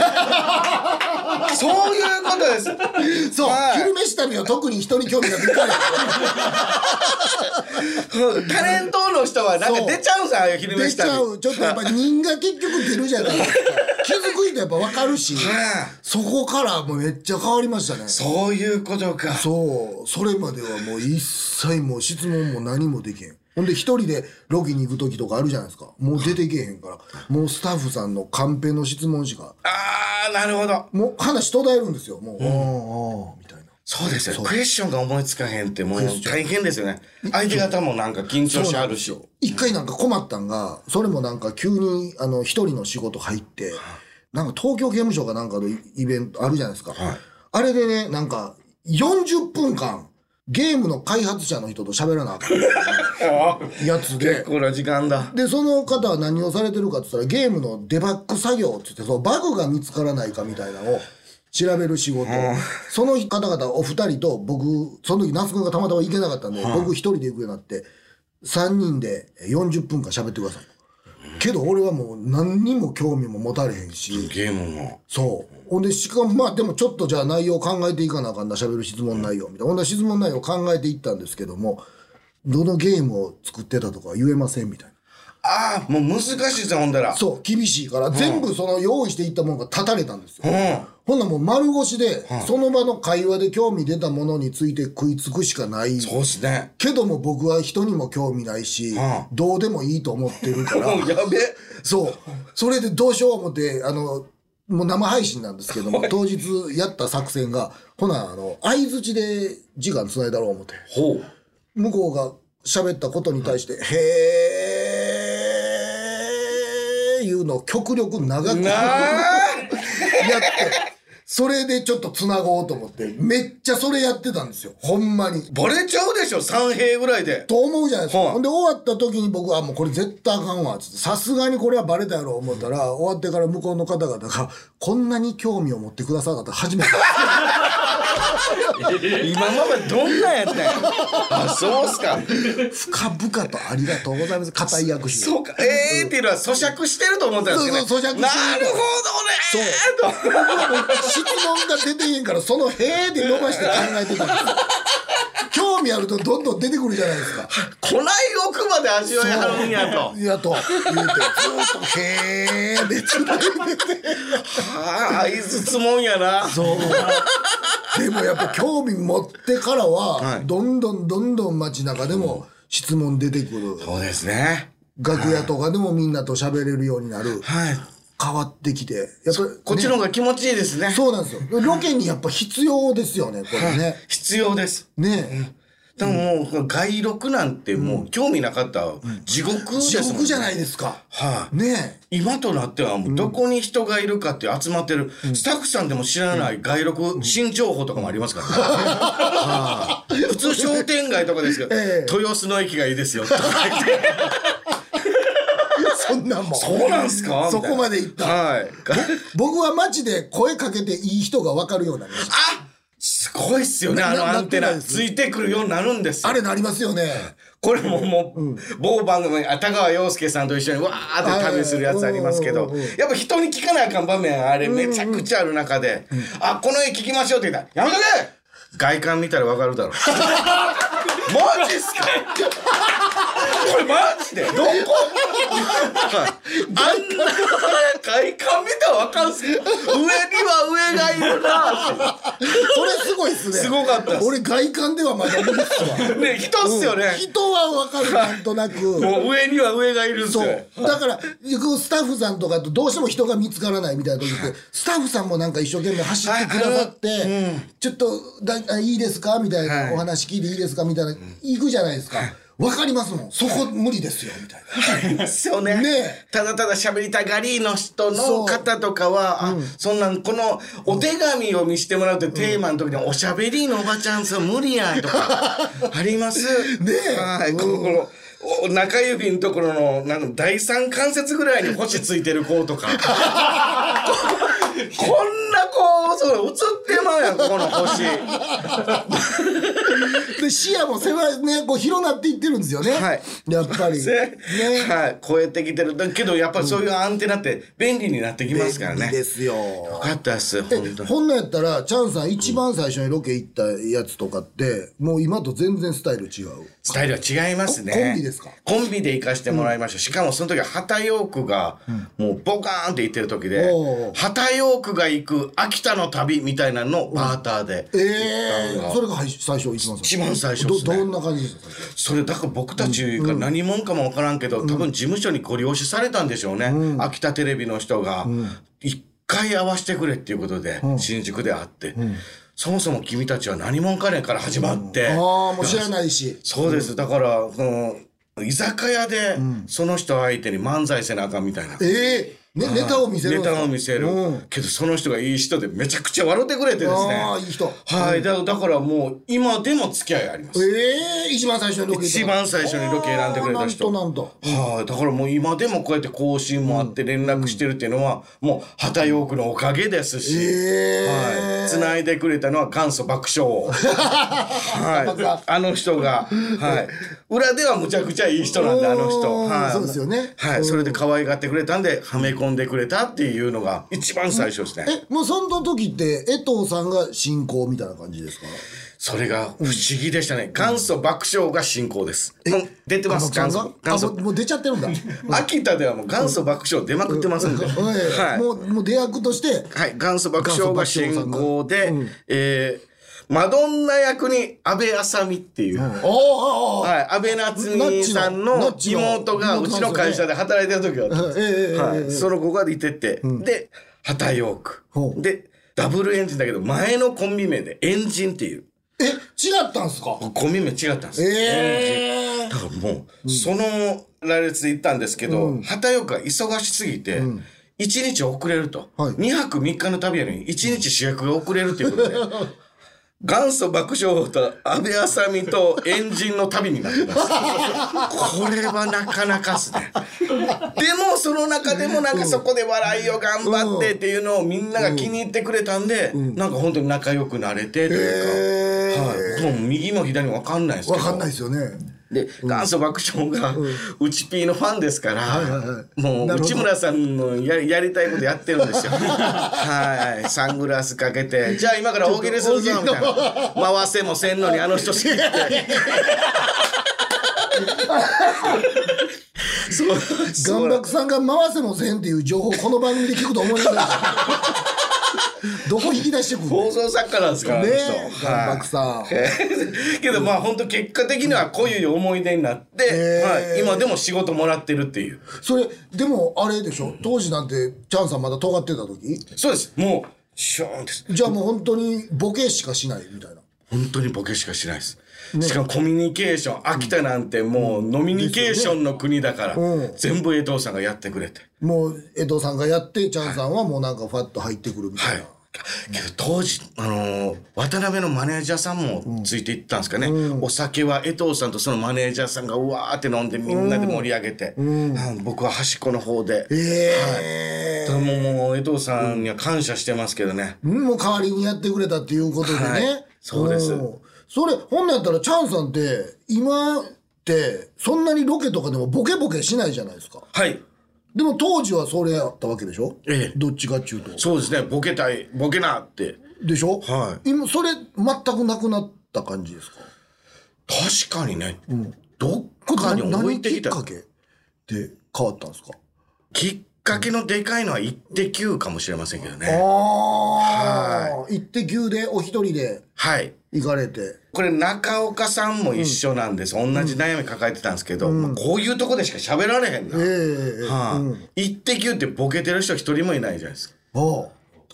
S3: そういうことです
S2: そう
S3: はい
S2: 昼飯旅は特に人に興味が出たい
S3: タレントの人はなんか [laughs] 出ちゃうんですよああいう昼
S2: 出
S3: 飯
S2: ち
S3: 旅
S2: ゃうちょっとやっぱ人が結局出るじゃない
S3: [laughs]
S2: ですか気づく人やっぱ分かるし
S3: はい
S2: そこからもうめっちゃ変わりましたね
S3: そういうことか
S2: そうそれまではもう一切もう質問も何もできへんほんで一人でロケに行く時とかあるじゃないですかもう出てけへんからもうスタッフさんのカンペの質問しか
S3: ああなるほど
S2: もう話途絶えるんですよもう、ああああみたいな
S3: そうですよクエスチョンが思いつかへんってもう大変ですよね相手方もなんか緊張しあるし
S2: 一回なんか困ったんがそれもなんか急にあの一人の仕事入ってなんか東京刑務所かなんかのイイベントあるじゃないですか、あれでねなんか40分間ゲームの開発者の人と喋らなあかんやつで
S3: [laughs] 結構な時間だ
S2: でその方は何をされてるかって言ったらゲームのデバッグ作業って言ってそのバグが見つからないかみたいなのを調べる仕事、その方々お二人と僕その時那須君がたまたま行けなかったんで、僕一人で行くようになって3人で40分間喋ってくださいけど俺はもう何にも興味も持たれへんし、
S3: ゲームも
S2: そう。ほんで、しかも、まあ、でもちょっとじゃあ内容を考えていかなあかんな、喋る質問内容みたいな。ほんで、質問内容を考えていったんですけども、どのゲームを作ってたとかは言えませんみたいな。
S3: ああもう難しいですよほんだら
S2: そう、厳しいから、全部その用意していったものが断たれたんですよ。
S3: うん
S2: ほんならもう丸腰で、その場の会話で興味出たものについて食いつくしかない。
S3: そうですね
S2: けども僕は人にも興味ないし、
S3: う
S2: どうでもいいと思ってるから、
S3: [laughs] もうやべえ
S2: そう。それでどうしよう思って、あの、もう生配信なんですけども、当日やった作戦が、ほな、あの、相づちで時間つないだろう思って。
S3: ほう
S2: 向こうが喋ったことに対して、へー、いうのを極力長くやって、
S3: あ
S2: それでちょっとつなごうと思って、めっちゃそれやってたんですよ。ほんまに。
S3: ーバレちゃうでしょ3兵ぐらいで
S2: と思うじゃないですか。
S3: はい
S2: ほんで終わった時に僕はもうこれ絶対あかんわ、つって。さすがにこれはバレたやろ思ったら、終わってから向こうの方々が、こんなに興味を持ってくださなかった初め
S3: [laughs]
S2: て。
S3: 今までどんなやったんやあそうっすか
S2: 深々とありがとうございます。固い役費。
S3: そうかええー、っていうのは咀嚼してると思ったんですけど、ね、
S2: そうそう咀嚼してる
S3: なるほどねーと
S2: 質問が出てへんから、そのへーで伸ばして考えてたんですよ。興味あるとどんどん出てくるじゃないです
S3: [laughs]
S2: か。
S3: こない奥まで味わいはるんやと
S2: いやと、
S3: [laughs]
S2: 言うて、ずっとへーでつないでて。
S3: はあ相づつもんやな
S2: そう。 [laughs] でもやっぱ興味持ってからは
S3: は、い
S2: どんどんどんどん街中でも質問出てくる。
S3: そうですね
S2: 楽屋とかでもみんなと喋れるようになる。
S3: はい
S2: 変わってきて。やっぱりね、
S3: こっちの方が気持ちいいですね
S2: そうなんですよ。ロケにやっぱ必要ですよね、これね。
S3: 必要です
S2: ね
S3: でももうこの外録なんてもう興味なかったら地獄です
S2: 地
S3: もんね
S2: 獄じゃないですか。
S3: はい
S2: ね
S3: 今となってはもうどこに人がいるかって集まってる、スタッフさんでも知らない外録新情報とかもありますからね、普通商店街とかですけど、
S2: [laughs] ええ
S3: 豊洲の駅がいいですよとか言って
S2: [laughs] [laughs] そんなんもん。
S3: そうなんす [laughs] か
S2: そこまで行った。 [laughs]
S3: はい
S2: 僕は街で声かけていい人が分かるようになりました。
S3: あすごいっすよね
S2: な
S3: あ
S2: な
S3: のアンテ
S2: なってない
S3: ナ
S2: です
S3: ついてくるようになるんですよ
S2: あれなりますよね。
S3: これももう、某番組あ田川陽介さんと一緒にわーって旅するやつあります
S2: は
S3: け
S2: い
S3: ど
S2: はいはいうんうん
S3: やっぱ人に聞かなあかん場面あれめちゃくちゃある中で「あこの絵聞きましょう」って言ったら「やめとけ!」外観見たらわかるだろうマジっすかこれマジでどこあんな外観見たらわかるっす上には上がいるなっ
S2: それすごいっすね。
S3: すごかったっす
S2: 俺外観ではまだ無理っすわ。
S3: てね人っすよね、
S2: 人は分かる、なんとなく。
S3: もう上には上がいるっす
S2: そ
S3: よ
S2: う。だから、スタッフさんとかとどうしても人が見つからないみたいな時って、スタッフさんもなんか一生懸命走ってくださって、ちょっとだあ、いいですかみたいな、
S3: はい
S2: お話聞いていいですかみたいな、行くじゃないですか。分かりますもん。そこ無理ですよ、みたいな。
S3: ありますよね
S2: ねえ
S3: ただただ喋りたがりの人
S2: そう
S3: の方とかはあ、そんなんこのお手紙を見せてもらうってテーマの時に「お
S2: [laughs]
S3: しゃべりのおばちゃんさ無理やん」とかあります
S2: ねえ
S3: はい、
S2: うん
S3: このお中指のところのなんか第三関節ぐらいに星ついてる子と
S2: [laughs]
S3: かこんな子そう映ってまうやんこの星
S2: で視野も狭いねこう広なっていってるんですよね、
S3: はい
S2: やっぱりね
S3: ねはい超えてきてるだけどやっぱりそういうアンテナって便利になってきますから
S2: 便
S3: ね
S2: 利ですよ
S3: よかったです本当に
S2: ほんなんやったらチャンさん一番最初にロケ行ったやつとかってもう今と全然スタイル違う
S3: スタイルは違いますね
S2: ココンビですか
S3: コンビで行かしてもらいました、しかもその時は畑ヨークがもうボカーンって行ってる時で、
S2: おー
S3: 畑ヨークが行く秋田の旅みたいなのをバーターで、
S2: ええそれがはい最初一番
S3: 一
S2: 最初
S3: 番最初で
S2: ど
S3: すね
S2: どんな感じですか
S3: それだから僕たちが何者かも分からんけど、多分事務所にご利用しされたんでしょうね、秋田テレビの人が一回会わせてくれっていうことで、新宿で会って、そもそも君たちは何者かねから始まって、
S2: ああもう知らないし
S3: そうですだからその居酒屋でその人相手に漫才せなあかんみたいな。
S2: ええね、ネタを見せるん
S3: ネ
S2: ですか
S3: タを見せる、
S2: うん
S3: けどその人がいい人でめちゃくちゃ笑ってくれてですね
S2: ああいい人
S3: はいだだからもう今でも付き合いあります
S2: ええ一番最初にロケ行った
S3: 一番最初にロケ選んでくれた人
S2: あーなんとなんと
S3: はい、だからもう今でもこうやって更新もあって連絡してるっていうのは、もう畑ヨークのおかげですし、
S2: ええ
S3: はい、繋いでくれたのは元祖爆笑
S2: [laughs]
S3: 王、はい、あの人が、はい、裏ではむちゃくちゃいい人なんであの人、
S2: うん
S3: はい、
S2: そうですよね
S3: はい、それで可愛がってくれたんではめ込んでくれたっていうのが一番最初ですね、
S2: えもうその時って江藤さんが進行みたいな感じですか
S3: それが不思議でしたね元祖爆笑が進行です、もう出てます
S2: あ
S3: 元
S2: の
S3: 祖
S2: あ
S3: 元
S2: も
S3: 祖
S2: うもう出ちゃってるん
S3: [laughs]
S2: だ
S3: 秋田ではもう元祖爆笑出まくってますんで、
S2: は
S3: はいい
S2: もうもう出役として
S3: はい、元祖爆笑が進行で、えーマドンナ役に安倍麻美っていう、
S2: ああああ
S3: はい、安倍夏美さんの
S2: ナッチの
S3: 妹が
S2: ナッ
S3: う
S2: チの
S3: ちの会社で働いてる時があったんです
S2: ええええええ
S3: はい、その子がいてて、で、畑ヨーク
S2: ほ。う
S3: で、ダブルエンジンだけど、前のコンビ名でエンジンっていう、
S2: え違ったんすか
S3: コンビ名違ったんです
S2: え
S3: よ。
S2: え
S3: だからもう、その羅列で行ったんですけど、畑岡が忙しすぎて、1日遅れると、
S2: はい
S3: 2泊3日の旅やのに1日主役が遅れるということで、 [laughs] 元祖爆笑と安倍麻美とエンジンの旅になってます。これはなかなかっすね。でもその中でもなんかそこで笑いを頑張ってっていうのをみんなが気に入ってくれたんで、なんか本当に仲良くなれてというか、はい、僕も右も左も分かんないですけ
S2: わ
S3: ど。
S2: かんないですよね
S3: で元祖爆笑がうちピーのファンですから、
S2: はいはい
S3: も
S2: な
S3: う
S2: るほど
S3: 内村さんのややりたいことやってるんです
S2: [laughs]
S3: よはいサングラスかけてじゃあ今から大喜利するぞみたい
S2: [laughs]
S3: な回せもせんのにあの人好きってそう
S2: ガン
S3: そ
S2: バ
S3: う
S2: クさんが回せもせんっていう情報この番組で聞くと思いませんでしたどこ引き出してくる
S3: 放
S2: の
S3: 送作家なんですから
S2: ね
S3: あの人
S2: えガンバクさん
S3: [laughs] けどまあ本当結果的にはこういう思い出になって、
S2: へー
S3: はい、今でも仕事もらってるっていう
S2: それでもあれでしょ当時なんてチャンさんまだ尖ってた時
S3: そうですもうショーンです
S2: じゃあもう本当にボケしかしないみたいな
S3: 本当にボケしかしないです、しかもコミュニケーション秋田なんてもうノミニケーションの国だから、
S2: うん
S3: 全部江藤さんがやってくれて、
S2: もう江藤さんがやってチャンさんはもうなんかファッと入ってくるみた
S3: はいい
S2: な、
S3: けど当時、あのー渡辺のマネージャーさんもついていったんですかね、お酒は江藤さんとそのマネージャーさんがうわーって飲んでみんなで盛り上げて、はい僕は端っこの方で、
S2: ええ
S3: でももう江藤さんには感謝してますけどね、
S2: うんもう代わりにやってくれたっていうことでね、
S3: はいそうです
S2: んそれ本来やったらチャンさんって今ってそんなにロケとかでもボケボケしないじゃないですか
S3: はい
S2: でも当時はそれやったわけでしょ、
S3: ええ
S2: どっちかっちゅうと
S3: そうですねボケたいボケなって
S2: でしょ、
S3: は
S2: 今それ全くなくなった感じですか
S3: 確かにね、どっかに置いてきた
S2: 何きっかけで変わったんですか
S3: きっかけのでかいのは「イッテ Q!」かもしれませんけどね
S2: ああ一滴でお一人で
S3: はい
S2: 行かれて
S3: これ中岡さんも一緒なんです、同じ悩み抱えてたんですけど、まあこういうとこでしか喋られへんな、
S2: ええ
S3: はい、イッテ Q!」ってボケてる人一人もいないじゃないですか
S2: あ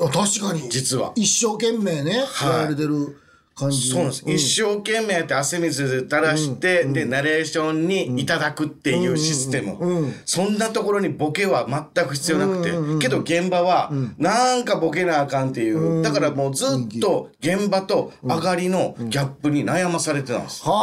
S2: ああ確かに
S3: 実は
S2: 一生懸命ね、やられてる感じ
S3: そうなんです、一生懸命やって汗水垂らして、でナレーションにいただくっていうシステム、そんなところにボケは全く必要なくて、けど現場はなんかボケなあかんっていう、だからもうずっと現場と上がりのギャップに悩まされてたんです、
S2: は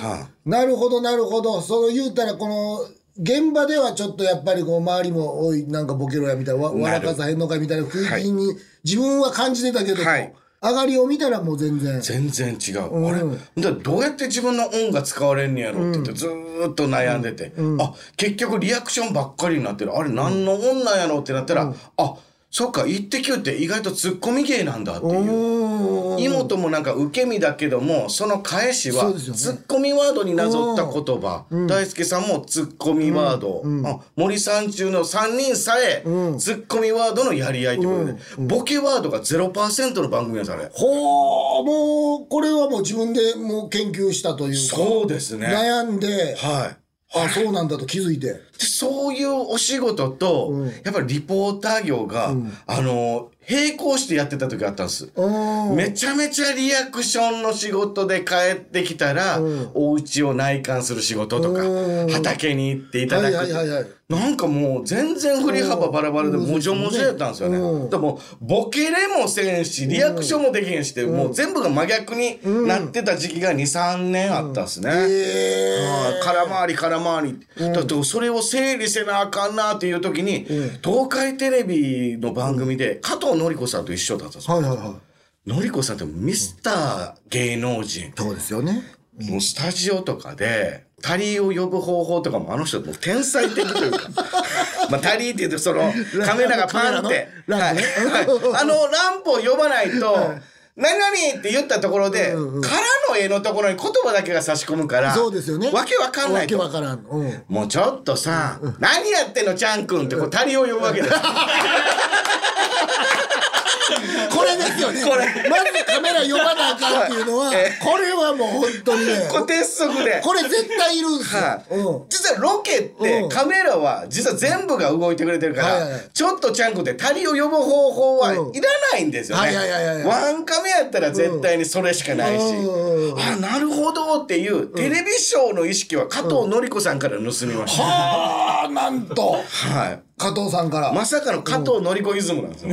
S2: あ、
S3: は
S2: なるほどなるほどその言うたらこの現場ではちょっとやっぱりこう周りも「おいなんかボケろや」みたいな「わ
S3: なる
S2: 笑かさへんのか」みたいな雰囲気に自分は感じてたけど、
S3: はい
S2: 上がりを見たらもう全然
S3: 全然違う、あれだからどうやって自分の音が使われんのやろって言ってずーっと悩んでて、あ結局リアクションばっかりになってるあれ何の音なんやろってなったら、あそっか「イッテ Q!」って意外とツッコミ芸なんだっていう。妹もなんか受け身だけどもその返し
S2: そ
S3: は
S2: うですよね
S3: ツッコミワードになぞった言葉、大輔さんもツッコミワード、あ森三中の3人さえツッコミワードのやり合いってことで、ボケワードが0%の番組なんですあれ。
S2: ほうもうこれはもう自分でもう研究したというか
S3: そうですね。
S2: 悩んで
S3: はい。
S2: あそうなんだと気づいて
S3: でそういうお仕事と、やっぱりリポーター業が、あの、並行してやってた時あったんです。
S2: うん
S3: めちゃめちゃリアクションの仕事で帰ってきたら、お家を内観する仕事とか、畑に行っていただく。
S2: はいはいはいはい
S3: なんかもう全然振り幅バラバラでもじょもじょやったんですよね。でもボケれもせんし、リアクションもできへんしって、もう全部が真逆になってた時期が2、3年あったんですね。はい空回り空回り、だってそれを整理せなあかんなっていう時に、東海テレビの番組で加藤のり子さんと一緒だったんですよ、
S2: はいはいはい
S3: のりこさんってミスター芸能人、
S2: そうですよね
S3: もうスタジオとかでタリーを呼ぶ方法とかもあの人もう天才的という
S2: [laughs]
S3: かまあタリーって言うとそのカメラがパンって、
S2: ラ
S3: は
S2: ン
S3: い
S2: プね [laughs]
S3: はいあのランプを呼ばないと「何々」って言ったところで、空の絵のところに言葉だけが差し込むから
S2: そうですよね
S3: わけわかんない
S2: わけ
S3: と
S2: わからん、うん、
S3: もうちょっとさ、何やってんのちゃんくんってこうタリーを呼ぶわけですよ
S2: これですよね。
S3: これ
S2: まずカメラ呼ばなあかんっていうのは、
S3: え
S2: これはもう本当にね。
S3: これ鉄則で。
S2: これ絶対いるんですよ。
S3: はい
S2: うん。
S3: 実はロケって
S2: うん
S3: カメラは実は全部が動いてくれてるか
S2: はいはい
S3: らちょっとちゃんこでタリを呼ぶ方法はいら
S2: うん
S3: ないんですよ
S2: は
S3: ね
S2: いはいはいはい
S3: ワンカメやったら絶対にそれしかないし
S2: う
S3: あなるほどっていうテレビショーの意識は加藤のり子さんから盗みました
S2: はあ、なんと、
S3: はい
S2: 加藤さんから。
S3: まさかの加藤のり子イズムな
S2: [laughs]
S3: んですよ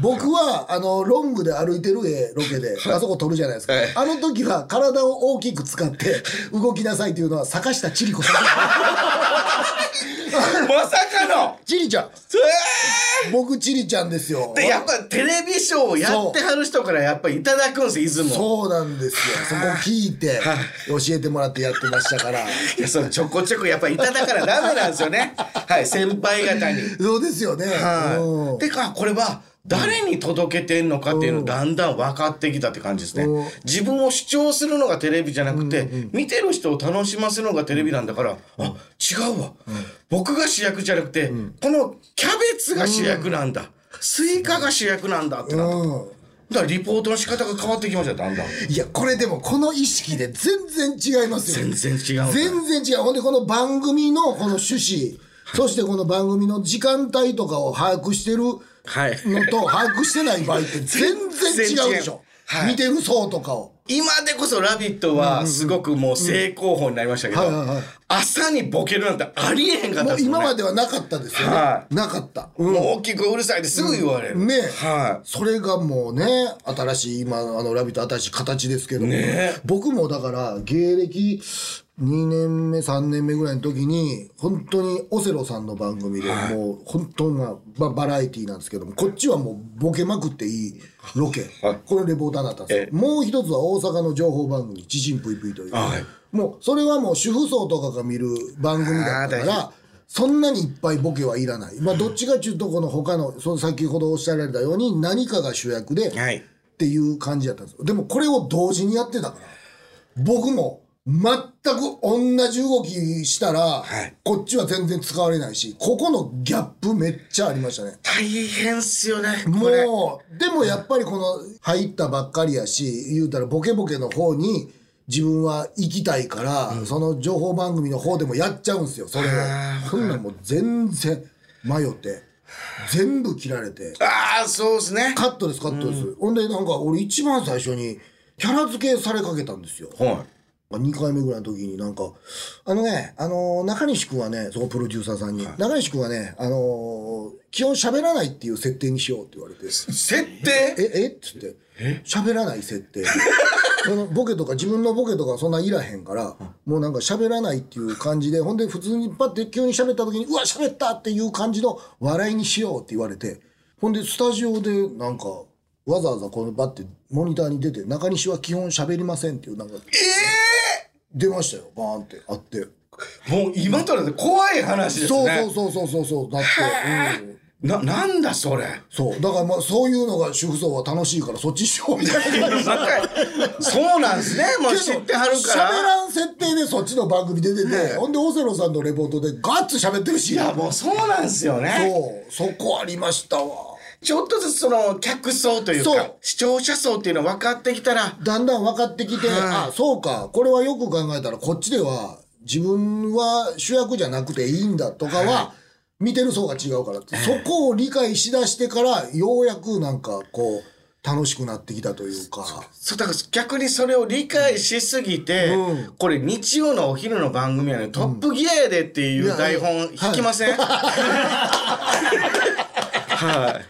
S2: 僕は、あの、ロングで歩いてる絵、ロケで、あそこ撮るじゃないですか
S3: はい。
S2: あの時は、体を大きく使
S3: [laughs]
S2: って、動きなさいというのは、坂下千里子さん。
S3: まさ
S2: [laughs]
S3: かの
S2: 千里ちゃん。
S3: え
S2: 僕、千里ちゃんですよ
S3: ー。でやっぱテレビショーをやってはる人からやっぱりいただくんですイズムを
S2: そうなんですよ。そこ聞いて、教えてもらってやってましたから。
S3: いやそのちょこちょこやっぱいただからダメなんですよ [laughs] ねはい先輩方に
S2: そうですよね。うん
S3: はい。てか、これは、誰に届けてんのかっていうのだんだん分かってきたって感じですね。自分を主張するのがテレビじゃなくて、見てる人を楽しませるのがテレビなんだから、あ、違うわ。僕が主役じゃなくて、このキャベツが主役なんだ。スイカが主役なんだってなった。だからリポートの仕方が変わってきましたよ、だんだん。
S2: いや、これでもこの意識で全然違いますよ。
S3: 全然違うんだ
S2: 全然違う。ほんで、この番組のこの趣旨、そしてこの番組の時間帯とかを把握してるのと、
S3: はい
S2: 把握してない場合って全然違うでしょ。
S3: 全然違うはい
S2: 見てる層とかを。
S3: 今でこそ「ラビット!」はすごくもう正攻法になりましたけど
S2: はいはいはい
S3: 朝にボケるなんてありえへんかっ
S2: も
S3: た
S2: う
S3: ですよ
S2: 今
S3: ね
S2: まではなかったですよね。
S3: は
S2: なかった。
S3: もう大きくうるさいってすぐ言われる。
S2: ね
S3: はい。
S2: それがもうね、新しい、今、あの、ラビット新しい形ですけども、僕もだから、芸歴2年目、3年目ぐらいの時に、本当にオセロさんの番組で、もう、本当な、まあ、バラエティーなんですけども、こっちはもう、ボケまくっていいロケ、
S3: はい
S2: このレポーターだったんです
S3: え
S2: よ。もう一つは大阪の情報番組、知人ぷいぷいという。
S3: はい
S2: もう、それはもう、主婦層とかが見る番組だった
S3: あー大
S2: か
S3: 事
S2: ら、そんなにいっぱいボケはいらない。まあ、どっちかっていうと、この他の、その先ほどおっしゃられたように、何かが主役で、
S3: はい
S2: っていう感じだったんですよ。でも、これを同時にやってたから、僕も、全く同じ動きしたら、
S3: はい
S2: こっちは全然使われないし、ここのギャップめっちゃありましたね。
S3: 大変っすよね。これ。
S2: もう、でもやっぱりこの、入ったばっかりやし、言うたらボケボケの方に、自分は行きたいから、その情報番組の方でもやっちゃうんですよ、それを
S3: あ。
S2: そんなんもう全然迷って、全部切られて、
S3: ああ、そうですね。
S2: カットです、カットです。ほんで、なんか俺一番最初に、キャラ付けされかけたんですよ。
S3: は
S2: 2回目ぐらいの時になんか、あのね、あのー中西君はね、そこプロデューサーさんに、中西君はね、あのー基本喋らないっていう設定にしようって言われて、
S3: い。設定
S2: え、えっつって、喋らない設定。 [laughs] そのボケとか自分のボケとかそんないらへんから、もうなんか喋らないっていう感じで、ほんで普通にパッて急に喋った時に、うわ、喋ったっていう感じの笑いにしようって言われて、ほんでスタジオでなんか、わざわざこのバッてモニターに出て、中西は基本喋りませんっていう、なんか、出ましたよ、バーンってあって。
S3: もう今となって怖い話です
S2: そう
S3: ね。
S2: そうそうそうそう、だって。うん
S3: な、なん
S2: [laughs]
S3: だそれ。
S2: そう。だからまあ、そういうのが主婦層は楽しいから、そっちしようみたいな感じ [laughs]
S3: そうなんですね。もう知ってはるから。
S2: 喋らん設定でそっちの番組出てて、ほんでオセロさんのレポートでガッツ喋ってるし
S3: いや、もうそうなんですよね。
S2: そうそこありましたわ
S3: ちょっとずつその客層という
S2: そ
S3: か
S2: う、
S3: 視聴者層っていうの分かってきたら、
S2: だんだん分かってきて、あそうかこれはよく考えたらこっちでは自分は主役じゃなくていいんだとかは、見てる層が違うから、そこを理解しだしてからようやくなんかこう楽しくなってきたというか
S3: そうだから逆にそれを理解しすぎて、これ日曜のお昼の番組やねトップギアやでっていう台
S2: いや
S3: 本
S2: い
S3: 引
S2: や
S3: きません、はい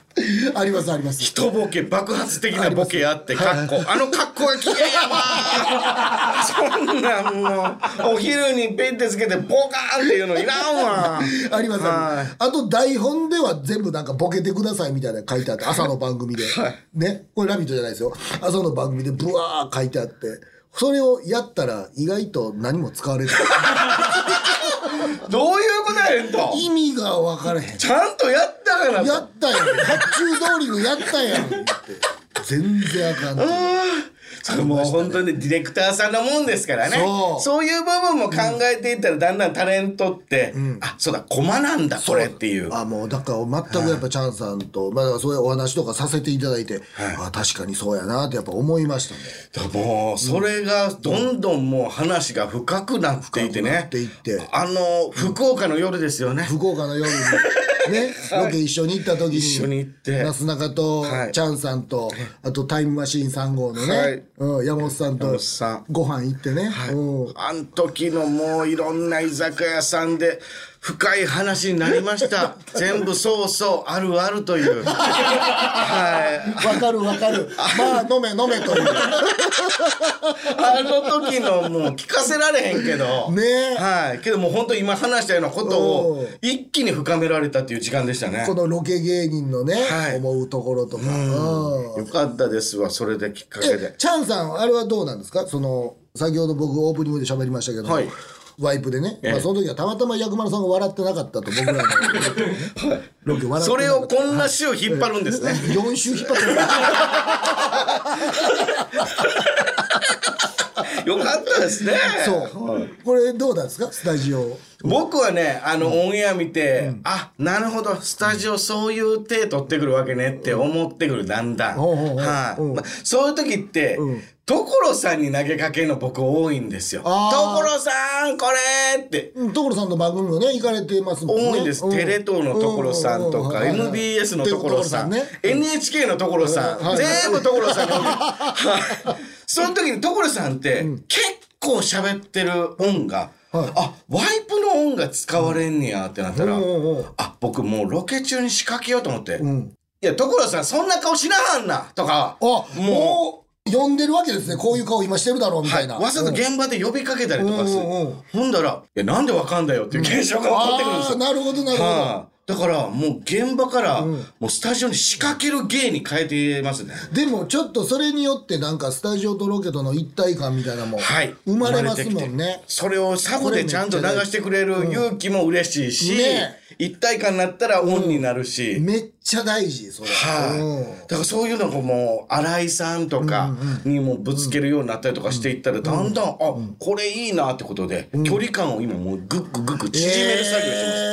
S2: ありますあります
S3: 人ボケ爆発的なボケあってかっこあの格好がきれいやわそんなんもうお昼にペンってつけてボカーンっていうのいらん
S2: [laughs]
S3: わ
S2: ありますありま
S3: は
S2: すあと台本では全部なんかボケてくださいみたいなの書いて
S3: [laughs]
S2: あって朝の番組で、ねこれ「ラビット!」じゃないですよ朝の番組でブワー書いてあってそれをやったら意外と何も使わ
S3: [laughs]
S2: れてない
S3: どういうことやねんと
S2: い意味が分からへん
S3: ちゃんとやったから
S2: やったやん発注通りのやったやんって全然あかんって
S3: それもう本当にディレクターさんのもんですからね
S2: そう
S3: いう部分も考えていったらだんだんタレントって、あそうだコマなんだこれっていう
S2: あもうだから全くやっぱチャンさんと、まあ、だからそういうお話とかさせていただいて、あ確かにそうやなってやっぱ思いましたね
S3: もうそれがどんどんもう話が深くなっていてね
S2: 深くなっていって
S3: あの福岡の夜ですよね、
S2: 福岡の夜に
S3: [laughs]
S2: ね、ロケ一緒に行った時に
S3: 一緒に行って
S2: なすなかと、
S3: はい
S2: チャンさんとあとタイムマシーン3号のね、
S3: はい
S2: うん、山本さんと
S3: 本さん
S2: ご飯行ってね、うん
S3: あん時のもういろんな居酒屋さんで深い話になりま
S2: [laughs]
S3: した。全部そうそうあるあるという。はい。
S2: わかるわかるまあ飲め飲めという
S3: あの時のもう聞かせられへんけ
S2: [laughs]
S3: ど。
S2: ねえ
S3: はい。けどもう本当今話したようなこと
S2: お
S3: を
S2: う
S3: 一気に深められたっていう時間でしたね
S2: こ。のロケ芸人のね、
S3: はい
S2: 思うところとか、うん
S3: よかったですわ、それできっかけ
S2: え
S3: で。
S2: チャンさんあれはどうなんですかその先ほど僕オープニングで喋りましたけど、
S3: はい
S2: ワイプでね、
S3: え
S2: まあ、その時はたまたま薬丸さんが笑ってなかったと僕らのロケ笑ってなかった
S3: それをこんな週引っ張るんですね。
S2: 4週引っ張ってる
S3: よかったですね。
S2: そう。これどうなんですかスタジオ。
S3: 僕はねあのオンエア見て、あなるほどスタジオそういう手取ってくるわけねって思ってくるだんだん、
S2: ほうほうほう
S3: はい
S2: うん
S3: まそういう時って、所さんに投げかけるの僕多いんですよ「
S2: あー
S3: 所さんこれ!」って
S2: うん所さんの番組もね、行かれてますもんね。
S3: 多いんです、
S2: う
S3: テレ東の所さんとか、
S2: うううう
S3: MBS の所さん
S2: ね。
S3: NHK の所さん、
S2: うんはい
S3: 全部所さんが多いはいその時に所さんって、結構喋ってる音が、
S2: はい
S3: あワイプの音が使われんねやってなったら、
S2: うんうんうん
S3: あ僕もうロケ中に仕掛けようと思って「
S2: ん
S3: いや所さんそんな顔しなはんな」とか
S2: あ、
S3: もう。
S2: もう、呼んでるわけですね。こういう顔今してるだろうみた
S3: はいい、
S2: な。
S3: わざと現場で呼びかけたりとかする、
S2: うんうんうん
S3: ほんだら「いやなんでわかんだよ」っていう現象が起こってくるんです
S2: あ
S3: よ
S2: ー、なるほど、なるほど。
S3: はい、だからもう現場から、もうスタジオに仕掛ける芸に変えてますね。
S2: でもちょっとそれによってなんかスタジオとロケとの一体感みたいなのも
S3: はい、
S2: 生まれますもんね。
S3: それをサブでちゃんと流してくれる勇気も嬉しいし、
S2: ね
S3: 一体感になったらオンになるし、
S2: めっちゃ大事、それ。
S3: はい、だからそういうのがもう新井さんとかにもぶつけるようになったりとかしていったらだんだん、あこれいいなってことで、距離感を今もうグッググッグ縮める作業をしてます。
S2: えー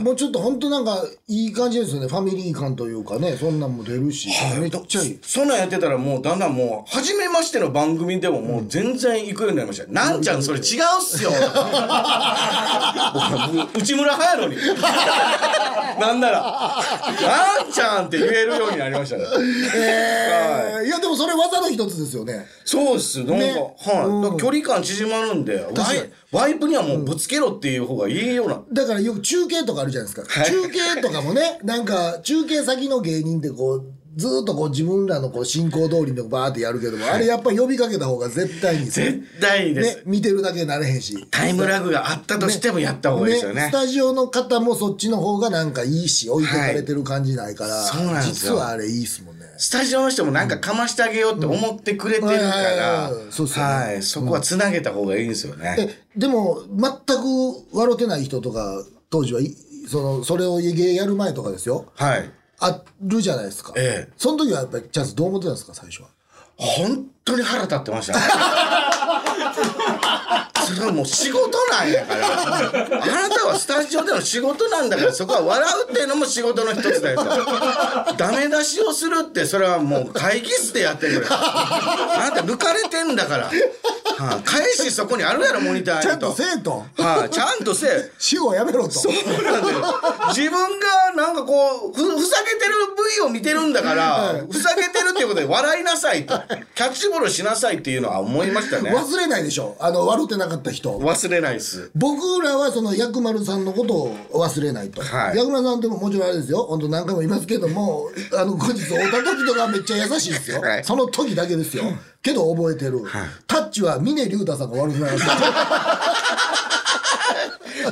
S2: もうちょっと本当なんかいい感じですよねファミリー感というかねそんなんも出るし、めっちゃいい
S3: そそんなんやってたらもうだんだんもう初めましての番組でももう全然行くようになりました、なんちゃんそれ違うっすよ内村はやのに [laughs] なんなら、あんちゃんって言えるようになりましたね。
S2: えーいやでもそれ技の一つですよね
S3: そうっす。なんか、
S2: ね
S3: はい。だから距離感縮まるんで、ワ
S2: かに
S3: イワイプにはもうぶつけろっていう方がいいような。
S2: だからよく中継とかあるじゃないですか、中継とかもね [laughs] なんか中継先の芸人ってこうずーっとこう自分らのこう進行通りのバーってやるけども、あれやっぱり呼びかけた方が絶対に
S3: 絶対にで
S2: ね
S3: す。
S2: 見てるだけになれへんし
S3: タイムラグがあったとしてもやった方がいいですよね
S2: ス。タジオの方もそっちの方がなんかいいし置いてかれてる感じないから、
S3: そうなんです
S2: 実
S3: よ
S2: はあれいいっすもんね
S3: スタジオの人もなんかかましてあげようって思ってくれてるか
S2: う
S3: ら、
S2: んうんうんそうっすよね
S3: はい。そこはつなげた方がいいんですよね。
S2: えでも全く笑ってない人とか当時はいそのそれを芸やる前とかですよ
S3: はい。
S2: あるじゃないですか、
S3: ええ
S2: その時はやっぱりチャンスどう思ってたんですか最初は
S3: 本当に腹立ってま
S2: [laughs]
S3: した、ね、それはもう仕事なんやからあなたはスタジオでの仕事なんだからそこは笑うっていうのも仕事の一つだよとダメ出しをするってそれはもう会議室でやってるからあなた抜かれてんだから、はい返しそこにあるやろモニターにと
S2: ちゃんとせえと
S3: はいちゃんとせえ
S2: 死後やめろと
S3: そうなんだよ自分がなんかこうふふざけてる部位を見てるんだからふざけてるっていうことで笑いなさいとキャッチボールしなさいっていうのは思いましたね
S2: 忘れないでしょあの笑ってなかった人
S3: 忘れないです
S2: 僕らはその薬丸さんのことを忘れないと、
S3: はい
S2: 薬丸さんでももちろんあれですよ本当何回も言いますけどもあの後日会った時とかめっちゃ優しいですよ、
S3: はい
S2: その時だけですよけど覚えてる、タッチは峰龍太さんが悪くなかった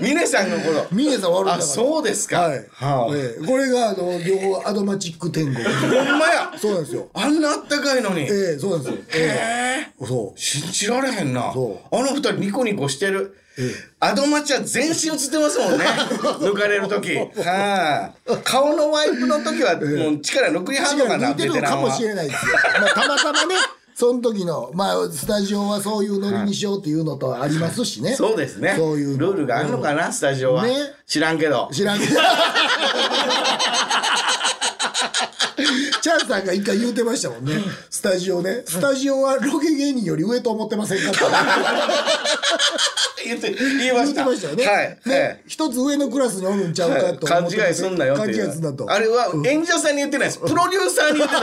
S3: 峰さんの頃
S2: 峰さん悪くなかっ
S3: あ
S2: た
S3: そうですか
S2: はい、
S3: はあ
S2: ええこれがあの両方アドマチック天国
S3: ほんまや
S2: そうなんですよ
S3: あんなあったかいのに
S2: ええそうなんですよ、え
S3: えー
S2: えそう
S3: 信じられへんなあ
S2: そ
S3: の二人ニコニコしてるアドマチは全身映ってます
S2: [laughs]
S3: もんね抜かれる時はい顔のワイプの時はもう力6り半とか
S2: 力
S3: な
S2: 抜い
S3: ベ
S2: て
S3: テ
S2: る
S3: ラ
S2: か
S3: ン
S2: も
S3: は
S2: しれないですよ。まあ、たまたまね、その時の、まあ、スタジオはそういうノリにしようっていうのとありますしね。
S3: [laughs] そうですね。
S2: そういうの
S3: ルールがあるのかな、スタジオは。
S2: ね
S3: 知らんけど。
S2: 知らんけど。チャンさんが一回言うてましたもんね。スタジオね。スタジオはロケ芸人より上と思ってませんかって。
S3: 言って、言いま
S2: 言
S3: し
S2: って
S3: た。
S2: ましたよね。
S3: はい。
S2: ね
S3: ええ
S2: 一つ上のクラスにおるんちゃうかと
S3: 勘
S2: 思ってま
S3: 違いすんなよっていう。
S2: 勘違いすんなと。
S3: あれは演者さんに言ってないです。プロデューサーに言って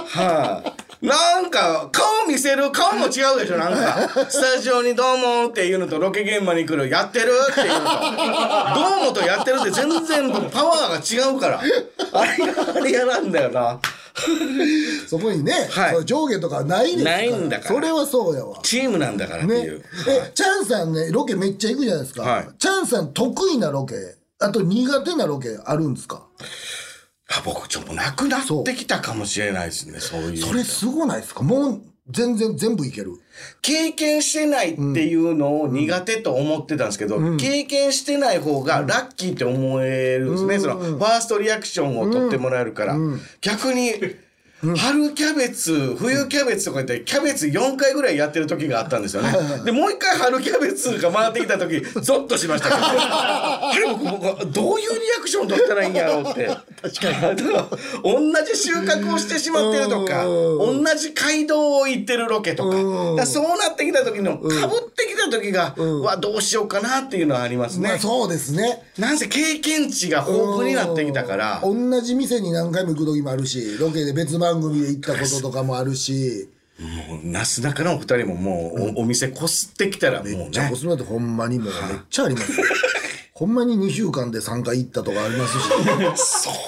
S2: [laughs]
S3: はい。なんか、顔見せる顔も違うでしょ、なんか。スタジオにどうもっていうのと、ロケ現場に来る、やってるっていうのと。どうもとやってるって全然僕パワーが違うから。あれがあれやなんだよな。
S2: そこにね、
S3: はい
S2: その上下とかないですから。
S3: ないんだから
S2: それはそうやわ。
S3: チームなんだからって
S2: ね
S3: いう。、
S2: えチャンさんねロケめっちゃ行くじゃないですか、
S3: はい
S2: チャンさん得意なロケあと苦手なロケあるんですか
S3: あ僕ちょっとなくなってきたかもしれないですねそういう
S2: それすごないですかもう全然全部いける
S3: 経験してないっていうのを苦手と思ってたんですけど、経験してない方がラッキーって思えるんですね、そのファーストリアクションを取ってもらえるから、逆に春キャベツ冬キャベツとか言ってキャベツ4回ぐらいやってる時があったんですよねでもう一回春キャベツが回ってきた時ゾッとしま [laughs] したけどあれ僕僕どういうリアクション取ったらいいんやろうって確かに [laughs] 同じ収穫をしてしまってるとか同じ街道を行ってるロケとかだからそうなってきた時のかぶってきた時がうわどうしようかなっていうのはあります
S2: まあ
S3: ね
S2: そうですね
S3: なんせ経験値が豊富になってきたから
S2: 同じ店に何回も行く時もあるしロケで別番組で行ったこととかもあるし
S3: なすなかのお二人ももうお,、店こすってきたらもう
S2: じゃあ
S3: ね
S2: コスメってほんまにもうめっちゃあります
S3: [laughs]
S2: よほんまに2週間で3回行ったとかありますし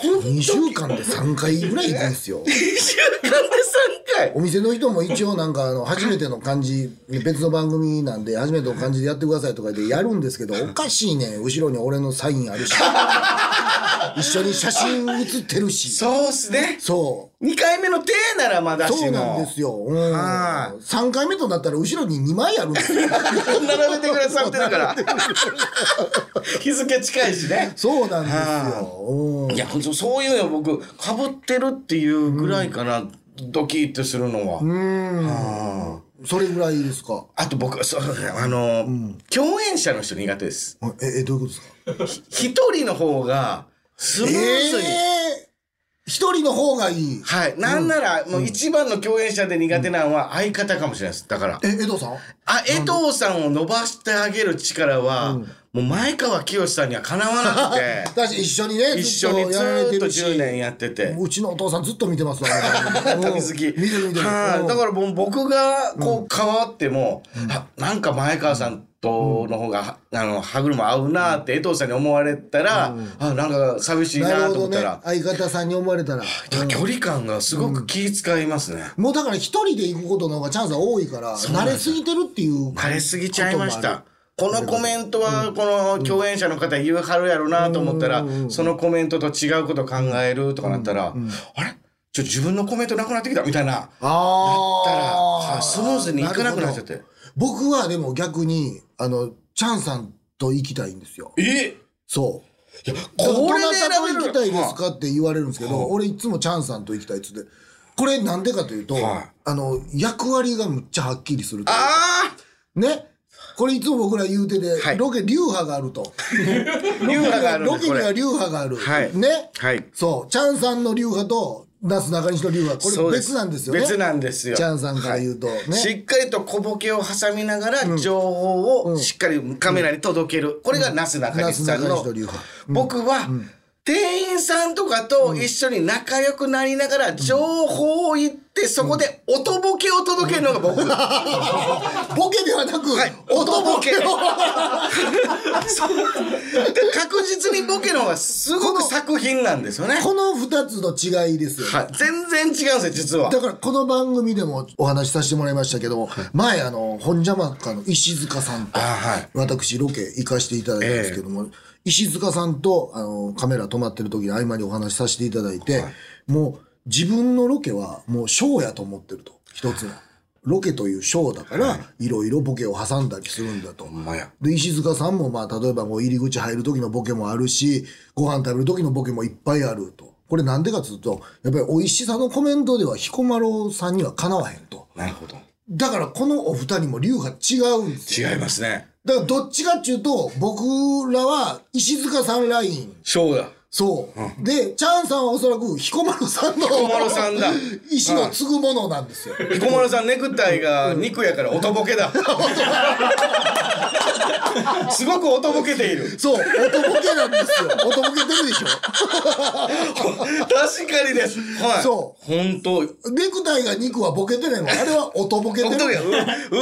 S2: 2週間で3回ぐらい行くんですよ
S3: 2週間で3回
S2: お店の人も一応なんかあの初めての感じ別の番組なんで初めての感じでやってくださいとか言ってやるんですけどおかしいねん後ろに俺のサインある
S3: [laughs]
S2: し一緒に写真写ってるしそ
S3: そうっすね
S2: う
S3: 2回目の手ならまだしも
S2: そうなんですよ、うん、
S3: は
S2: 3回目となったら後ろに2枚あるんです
S3: [laughs]
S2: よ
S3: 並べてくださって
S2: [laughs]
S3: るから日付近いしね
S2: そうなんですよ、うん
S3: いやほんとそういうの僕かぶってるっていうぐらいかな、ドキッとするのは、
S2: それぐらいですか
S3: あと僕そうあの、共演者の人苦手です
S2: ええどういうことですか
S3: 一人の方がスムーズに、
S2: え一人の方がいい。
S3: はい。なんなら、もう一番の共演者で苦手なのは相方かもしれないです。だから。
S2: え、江藤さん、
S3: あ、江藤さんを伸ばしてあげる力は、もう前川清さんにはかなわなく [laughs] て
S2: 私一緒にね、
S3: 一
S2: ず
S3: 緒
S2: っと
S3: にず
S2: やられ
S3: ー
S2: て
S3: っと
S2: るし。
S3: 10年やってて。
S2: うちのお父さんずっと見てます
S3: [laughs]
S2: わ。
S3: 旅好き。
S2: うん見てる見てる。
S3: は
S2: う
S3: い。
S2: ん
S3: だからもう僕がこう変わっても、あなんか前川さんとの方が、あの、歯車合うなって江藤さんに思われたら、あ、なんか寂しい
S2: な
S3: な
S2: る
S3: と
S2: ほど
S3: 思っ
S2: ね
S3: たら。。
S2: 相方さんに思われたら。
S3: 距離感がすごく気遣いますね。
S2: もうだから一人で行くことの方がチャンスが多いから、慣れすぎてるっていう。
S3: 枯れすぎちゃいまし
S2: こともあ
S3: た。このコメントはこの共演者の方言うはるやろなと思ったら、そのコメントと違うこと考えるとかなったら、あれちょ自分のコメントなくなってきたみたいな。だから
S2: あ
S3: は
S2: あ。
S3: いスムーズにいかなくなっちゃって
S2: るほど。僕はでも逆に、あの、チャンさんと行きたいんですよ。
S3: え
S2: そう。
S3: いや
S2: こ
S3: こ
S2: れ
S3: れ
S2: で
S3: で
S2: 選
S3: 選
S2: べる行き
S3: べ
S2: たい
S3: る
S2: ですかって言われるんですけど、俺いつもチャンさんと行きたいっつってこれなんでかというと、
S3: はい
S2: あの役割がむっちゃはっきりするというか
S3: あ
S2: ねこれいつも僕ら言うてて、
S3: はい
S2: ロケ流派があると
S3: あ流派があるん
S2: ロ
S3: で
S2: ケ
S3: す
S2: に
S3: こ
S2: は
S3: れ。
S2: 流派がある、
S3: はい
S2: ね、
S3: はい
S2: そうチャンさんの流派となすなかにしの流派こ
S3: そう
S2: れ
S3: で
S2: 別
S3: す
S2: なんですよね
S3: 別なんですよ
S2: チャンさんから言うと、ね
S3: しっかりと小ボケを挟みながら情報をしっかりカメラに届ける、これがなすなかにしさん
S2: なすなか
S3: の
S2: にしの流派
S3: 僕は、店員さんとかと一緒に仲良くなりながら情報を言ってそこで音ボケを届けるのが僕、
S2: ボケではなく、
S3: 音ボケ
S2: を
S3: 確実にボケの方がすごく作品なんですよね、
S2: この2つの違いですよね
S3: はい、全然違うんですよ実は
S2: だからこの番組でもお話しさせてもらいましたけど、前あの本邪魔家の石塚さんと
S3: あはい
S2: 私ロケ行かせていただいたんですけども、石塚さんとあのカメラ止まってる時に合間にお話しさせていただいて、もう自分のロケはもうショーやと思ってると一つの。ロケというショーだから、いろいろボケを挟んだりするんだと。
S3: まや
S2: で石塚さんもまあ例えばこう入り口入る時のボケもあるしご飯食べる時のボケもいっぱいあるとこれなんでかっつうとやっぱり美味しさのコメントでは彦摩呂さんにはかなわへんと
S3: なるほど
S2: だからこのお二人も流派違うんですよ
S3: 違いますね
S2: だからどっちかっちゅうと僕らは石塚さんライン
S3: ショーだ
S2: そう、でチャンさんはおそらく彦摩呂さんの
S3: 彦摩呂さんだ
S2: [laughs] 石の継ぐものなんですよ
S3: 彦摩呂さんネクタイが肉やから音ボケだすごく音ボケている
S2: そう音ボケなんですよ音ボケてるでしょ
S3: 確かにですはい
S2: そう
S3: 本当
S2: ネクタイが肉はボケてないの。あれは音ボケてる。
S3: 音がう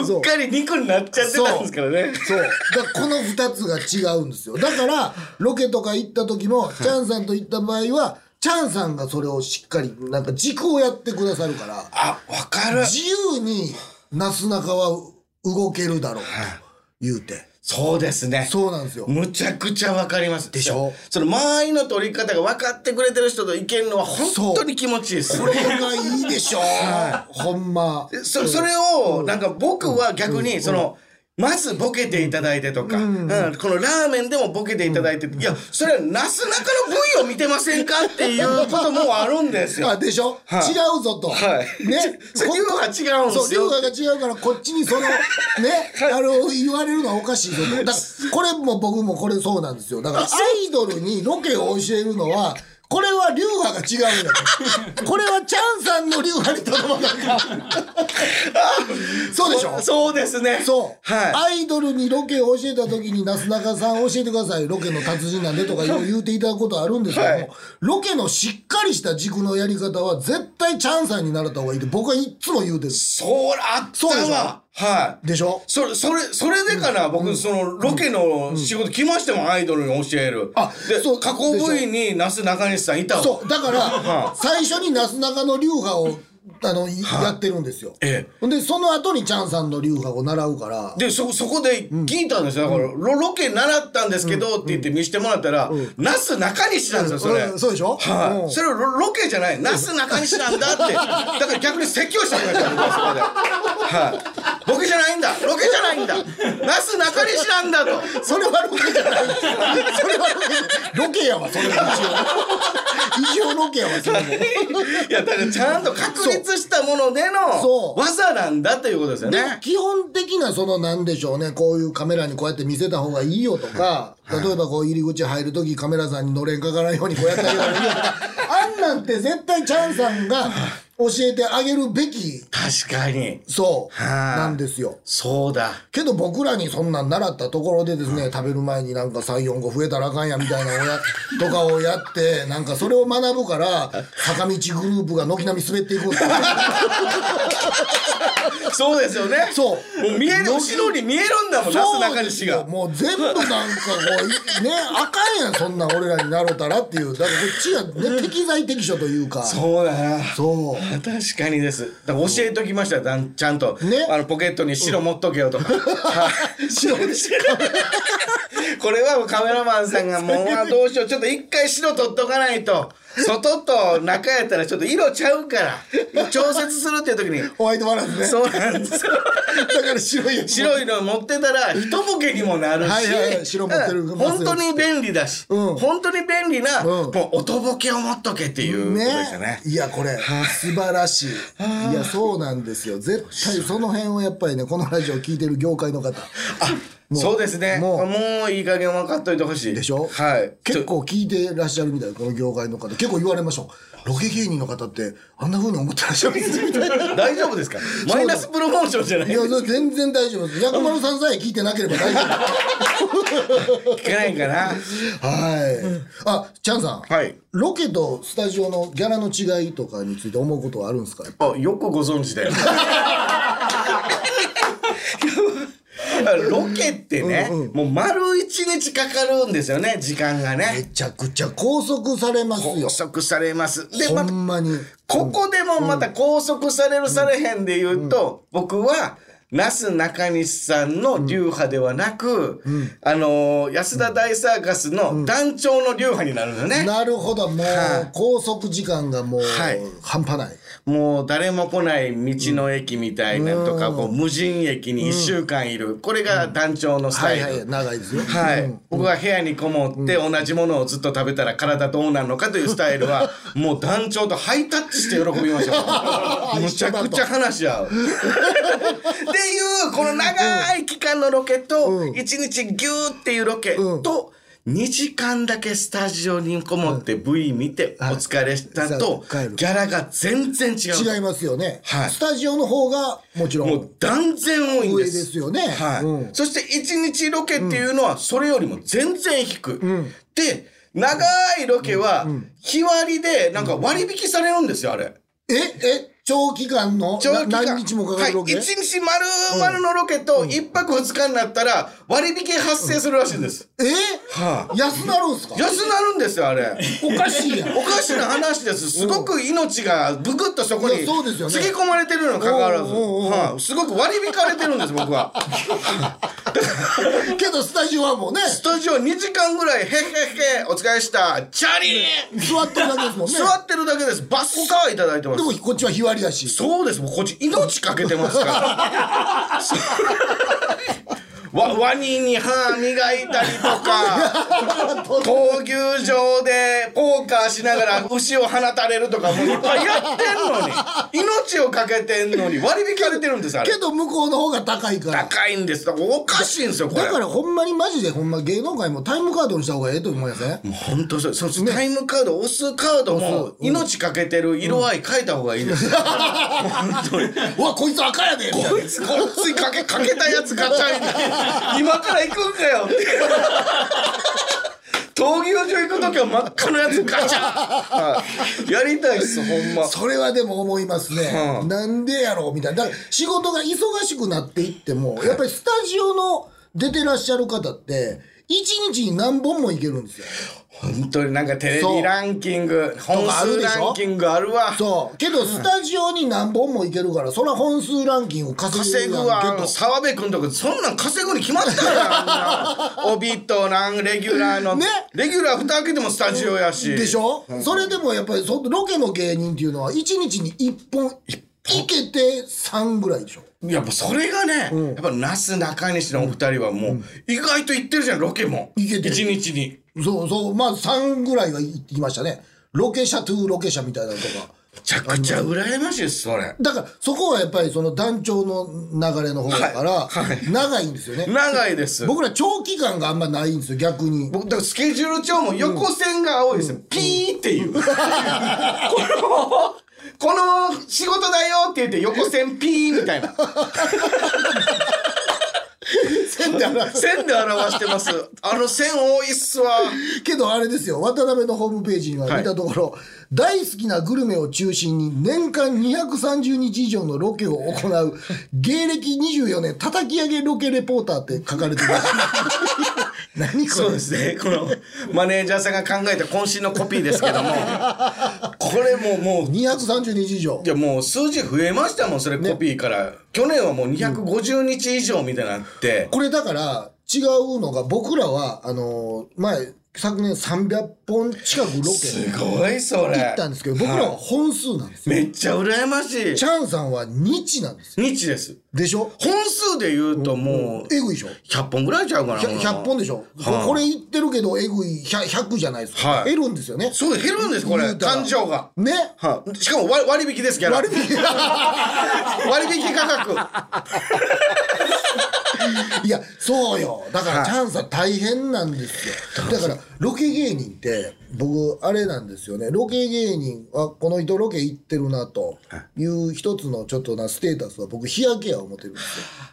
S3: うっかり肉になっちゃってたんですからね
S2: そう。だからこの二つが違うんですよ。だから、ロケとか行った時も、チャンさんと行った場合は、チャンさんがそれをしっかり、なんか軸をやってくださるから、
S3: あわかる
S2: 自由になすなかは動けるだろうと言うて。
S3: そうですね
S2: そうなんですよ。
S3: むちゃくちゃわかりますで
S2: しょ
S3: その周りの取り方が分かってくれてる人といけるのは本当に気持ちいいです
S2: これがいいでしょほんま。
S3: そそれをなんか僕は逆にそのまずボケていただいてとか、うんこのラーメンでもボケていただいて、いやそれはなすなかの部位を見てませんかっていうこともあるんですよ。
S2: あ、でしょ、
S3: い
S2: 違うぞと。
S3: はい。
S2: ね
S3: [laughs] それ量が違うんですよ
S2: そう、量が違うから、こっち
S3: [laughs]
S2: にその、ね、あの、言われるのはおかしいぞと。だからこれも僕もこれそうなんですよ。だから、アイドルにロケを教えるのは、これは流派が違うんだ
S3: [laughs]
S2: と。これはチャンさんの流派にとどまらない。そうでしょ
S3: そうですね。
S2: そう、
S3: は
S2: アイドルにロケを教えた時に、なすなかさん教えてください。ロケの達人なんでとか言う [laughs] 言うていただくことあるんですけども、
S3: はい
S2: ロケのしっかりした軸のやり方は絶対チャンさんに習った方がいいって僕はいっつも言うてる。
S3: い。そうあった
S2: そうでしょ
S3: わ。はい。
S2: でしょ
S3: それ、それ、それでかな、僕、その、ロケの仕事来ましてもんアイドルに教える。
S2: あ
S3: で、
S2: そう
S3: 加工部員になすなかにしさんいたわ。
S2: そう、だから
S3: [laughs] は、
S2: 最初になすなかの流派を、あの、いやってるんですよ。
S3: え
S2: ほんで、その後にチャンさんの流派を習うから、
S3: でそそこで聞いたんですよ、だからロロケ習ったんですけどって言って見せてもらったら、なすなかにしなんですよそれ、
S2: うんそうでしょ
S3: はい、
S2: うん
S3: それロロケじゃないなすなかにしなん
S2: [laughs]
S3: だってだから逆に説教してきました僕はそこで、はい、ボケじゃないんだロケじゃないんだなすなかにしなんだ
S2: [laughs]
S3: と
S2: それはロケじゃない。それはロケじゃない。ロケやわ、それは一応。一
S3: [laughs]
S2: 応ロケやわ、それも。
S3: いやだからちゃんと確立したもので
S2: そ
S3: の
S2: う
S3: 技なんだということですよ
S2: で
S3: ね
S2: 基本的なそのなんでしょうねこういうカメラにこうやって見せた方がいいよとか、例えばこう入り口入る時カメラさんにのれんかからんようにこうやった方がいいよとかあんなんて絶対チャンさんが教えてあげるべき、
S3: 確かに。
S2: そう、
S3: はい
S2: なんですよ。
S3: そうだ。
S2: けど僕らにそんなん習ったところでですね、食べる前になんか3、4個増えたらあかんやみたいなのをやとかをやって、なんかそれを学ぶから、坂道グループが軒並み滑っていくんですよ。
S3: そうですよね。
S2: そう
S3: もう見える、後ろに見えるんだもん、なすなかにし
S2: そ
S3: が
S2: う。もう全部なんかこう、ね、あかんやん、そんなん俺らになろうたらっていう。だからこっちがね、適材適所というか。そう。
S3: そうだな。確かにです。だから教えときましたよだんちゃんと、
S2: ね
S3: あのポケットに白持っとけよとか。はい白これはもうカメラマンさんがもうあどうしようちょっと一回白取っとかないと外と中やったらちょっと色ちゃうから調節するっていう時に。
S2: ホワイトバランスね。
S3: そうなんですよ。
S2: だから白いやつ。
S3: 白いの持ってたら一ボケにもなるし、
S2: はいはいはい白持ってる
S3: うん本当に便利だし、
S2: うん
S3: 本当に便利な、
S2: うん
S3: もう音ボケを持っとけっていうこと
S2: ね
S3: ですよね。
S2: いやこれ素晴らしいいやそうなんですよ絶対その辺をやっぱりねこのラジオ聞いてる業界の方も
S3: そうですね。も
S2: も
S3: ういい加減分かっといてほしい。
S2: でしょ
S3: はい。
S2: 結構聞いてらっしゃるみたいこの業界の方結構言われましょうロケ芸人の方ってあんなふうに思ってらっしゃるんですみたいない
S3: [laughs] 大丈夫ですかマイナスプロモーションじゃない
S2: やそれ全然大丈夫です薬丸さんさえ聞いてなければ大丈夫
S3: [laughs] 聞けないかな
S2: はいあチャンさん
S3: はい
S2: ロケとスタジオのギャラの違いとかについて思うことはあるんですか
S3: あ、よくご存知 [laughs] だよ。ロケってね、もう丸一日かかるんですよね、時間が
S2: め
S3: ね。
S2: ちゃくちゃ拘束されますよ
S3: 拘束されます。で、
S2: ほ
S3: また
S2: んまに
S3: ここでもまた拘束されるされへんで言うと、僕は、那須中西さんの流派ではなく、あのー安田大サーカスの団長の流派になるのね。
S2: なるほど、もう、
S3: はい
S2: 拘束時間がもう、
S3: はい
S2: 半端ない。
S3: もう誰も来ない道の駅みたいなとか、こう無人駅に1週間いる。これが団長のスタ
S2: は
S3: イ
S2: い
S3: ル。
S2: はい、長いですよ。
S3: はい、
S2: うん
S3: 僕は部屋にこもって同じものをずっと食べたら体どうなるのかというスタイ
S2: [laughs]
S3: ルはもう団長とハイタッチして喜び
S2: [laughs]
S3: ましたむちゃくちゃ話し合うっていうこの長い期間のロケと1日ギューっていうロケと2時間だけスタジオにこもって V 見てお疲れしたと
S2: はいさあ帰る
S3: ギャラが全然違う
S2: 違いますよね、
S3: はい
S2: スタジオの方が、もちろ
S3: も
S2: ん
S3: う、断然多いん
S2: 上
S3: で
S2: ですすよね。
S3: はい
S2: うん
S3: そして1日ロケっていうのはそれよりも全然低い、で長いロケは日割りでなんか割引されるんですよあれ
S2: え、え、長期間の、
S3: 長期間
S2: な何日もかかるロケ、
S3: はい、1日丸々のロケと1泊2日になったら割引発生するらしいんです、
S2: え、
S3: は
S2: 安なるんすか
S3: 安なるんですよ
S2: [laughs]
S3: あれ
S2: おかしいやん。
S3: おかしな話です。すごく命がブクッとそこに
S2: いやそうですよね
S3: つぎ込まれてるのにかかわらず、
S2: おうおうおう
S3: はいすごく割り引かれてるんです、
S2: [laughs]
S3: 僕は。
S2: けど、スタジオはもうね、
S3: スタジオ2時間ぐらい、へっへっへ、お疲れした、チャリーン
S2: 座ってるだけですもんね。
S3: 座ってるだけです。バッサーいただいてま。
S2: ですも、こっちは日割りやし。
S3: そうです。もうこっち命かけてます
S2: [laughs]
S3: から。わワニに歯磨いたりとか、闘牛場でポーカーしながら牛を放たれるとか、もういっぱいや
S2: [laughs]
S3: ってんのに、命をかけてんのに割り引かれてるんです、あれ
S2: け。ど、向こうの方が高いから。
S3: 高いんです。おかしいんですよ、これ。
S2: だから、ほんまにマジで、ほんま芸能界もタイムカードにした方がええと思いません
S3: 本当そう、そうタイムカード、押すカードも、命かけてる色合い書いた方がいい [laughs] です。
S2: うわ、こいつ赤やでみたいな
S3: こいつ、こいつにかけ、かけたやつガチャい [laughs] 今から行くんか [laughs] よって。闘牛場行くときは真っ赤なやつガチャ、はいやりたいっす、ほんま。
S2: それはでも思いますね、
S3: うん
S2: なんでやろうみたいなだから仕事が忙しくなっていってもやっぱりスタジオの出てらっしゃる方って一日に何本もいけるんですよ
S3: 本当になんかテレ
S2: そ
S3: ビ
S2: う
S3: ランキング、本
S2: かある
S3: 数
S2: でしょ
S3: ランキングあるわ。
S2: そうけどスタジオに何本もいけるからそら本数ランキング稼
S3: 稼
S2: ぐ
S3: ぐ
S2: やん
S3: わ
S2: けど
S3: 澤部君とかそんなん稼ぐに決まってるや [laughs] ん帯となんレギュラーの、
S2: ね
S3: レギュラー蓋開けてもスタジオやし、
S2: でしょ、それでもやっぱりそロケの芸人っていうのは一日に1本いけて3ぐらいでしょ
S3: やっぱそれがね、やっぱなすなかにしのお二人はもう意外と行ってるじゃんロケも
S2: 行けてる
S3: 一日に
S2: そうそうまあ3ぐらいは行ってきましたねロケ車トゥーロケ車みたいなのとか
S3: ちゃくちゃ羨ましいです、それ。
S2: だからそこはやっぱりその団長の流れの方だから
S3: はいはい
S2: 長いんですよね、
S3: 長いです。
S2: 僕ら長期間があんまないんですよ逆に
S3: 僕、だからスケジュール帳も横線が青いですよ。ピーって [laughs] いう。この、この仕事だよって言って横線ピーみたいな。
S2: 線で表す
S3: [laughs] 線で表してます。あの線多いっすわ。
S2: けどあれですよ渡辺のホームページには見たところ、大好きなグルメを中心に年間230日以上のロケを行う芸歴24年叩き上げロケレポーターって書かれてる
S3: [laughs]
S2: 何こ
S3: そう
S2: れ
S3: ですね。このマネージャーさんが考えた渾身のコピーですけども、これももう、
S2: 230日以上
S3: いやもう数字増えましたもん、それコピーから。去年はもう250日以上みたいになって、
S2: これだから違うのが僕らはあの前昨年300本近くロ
S3: す
S2: ケ
S3: ごいそれ。
S2: 行ったんですけど僕らは本数なんですよ、
S3: めっちゃ羨ましい
S2: チ。ャンさんは日なんですよ
S3: 日です。
S2: でしょ
S3: 本数で言うともう、
S2: えぐいでしょ
S3: 100本ぐらいちゃうかな。
S2: 100, 100本でしょ、
S3: はい
S2: ここれ言ってるけどえぐい 100, 100じゃないですか、
S3: はい
S2: 減るんですよね
S3: そう、減るんです、これ。
S2: 言うたら
S3: 感情が。
S2: ね
S3: はいしかも割割引です、ギャラ。
S2: 割引
S3: 割引価格。
S2: [laughs] いやそうよだから
S3: はい
S2: チャンさん大変なんですよだからロケ芸人って僕あれなんですよねロケ芸人はこの人ロケ行ってるなという一つのちょっとなステータスは僕日焼けや思ってるんですよ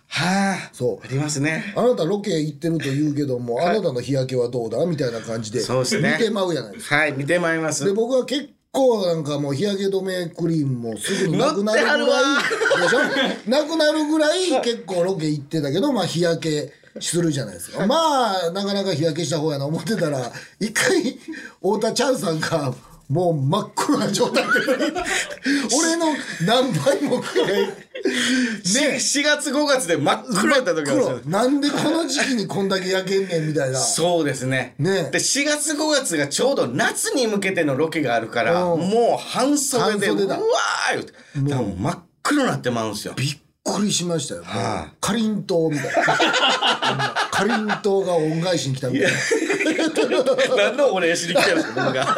S3: はあ。
S2: そう
S3: ありますね。
S2: あなたロケ行ってると言うけども、あなたの日焼けはどうだみたいな感じで
S3: そうですね
S2: 見てまうやないですか
S3: はい、見てまいりま。
S2: です僕は結構なんかもう日焼け止めクリームもすぐになくなるぐらい
S3: 乗って
S2: でしょ [laughs] なくなるぐらい結構ロケ行ってたけどまあ日焼けするじゃないですかまあなかなか日焼けした方やな思ってたら [laughs] 一回太田ちゃんさんがもう真っ黒な状態
S3: [laughs]
S2: で俺の何倍も黒い
S3: ね、4月5月で真っ黒やった時あるんですよ
S2: 黒なんでこの時期にこんだけ焼けんねんみたいな
S3: そうですね
S2: ね
S3: で4月5月がちょうど夏に向けてのロケがあるから、
S2: うん
S3: もう半袖で
S2: 半袖
S3: う
S2: だ
S3: わー言うてだからもう真っ黒になってまうんで
S2: [laughs]
S3: すよ
S2: びっくりしましたよ、
S3: は
S2: かりんとうみたい
S3: [laughs]
S2: なかりんとうが恩返しに来たみたいな
S3: 何のお礼しに来てるんですか僕
S2: [laughs]
S3: が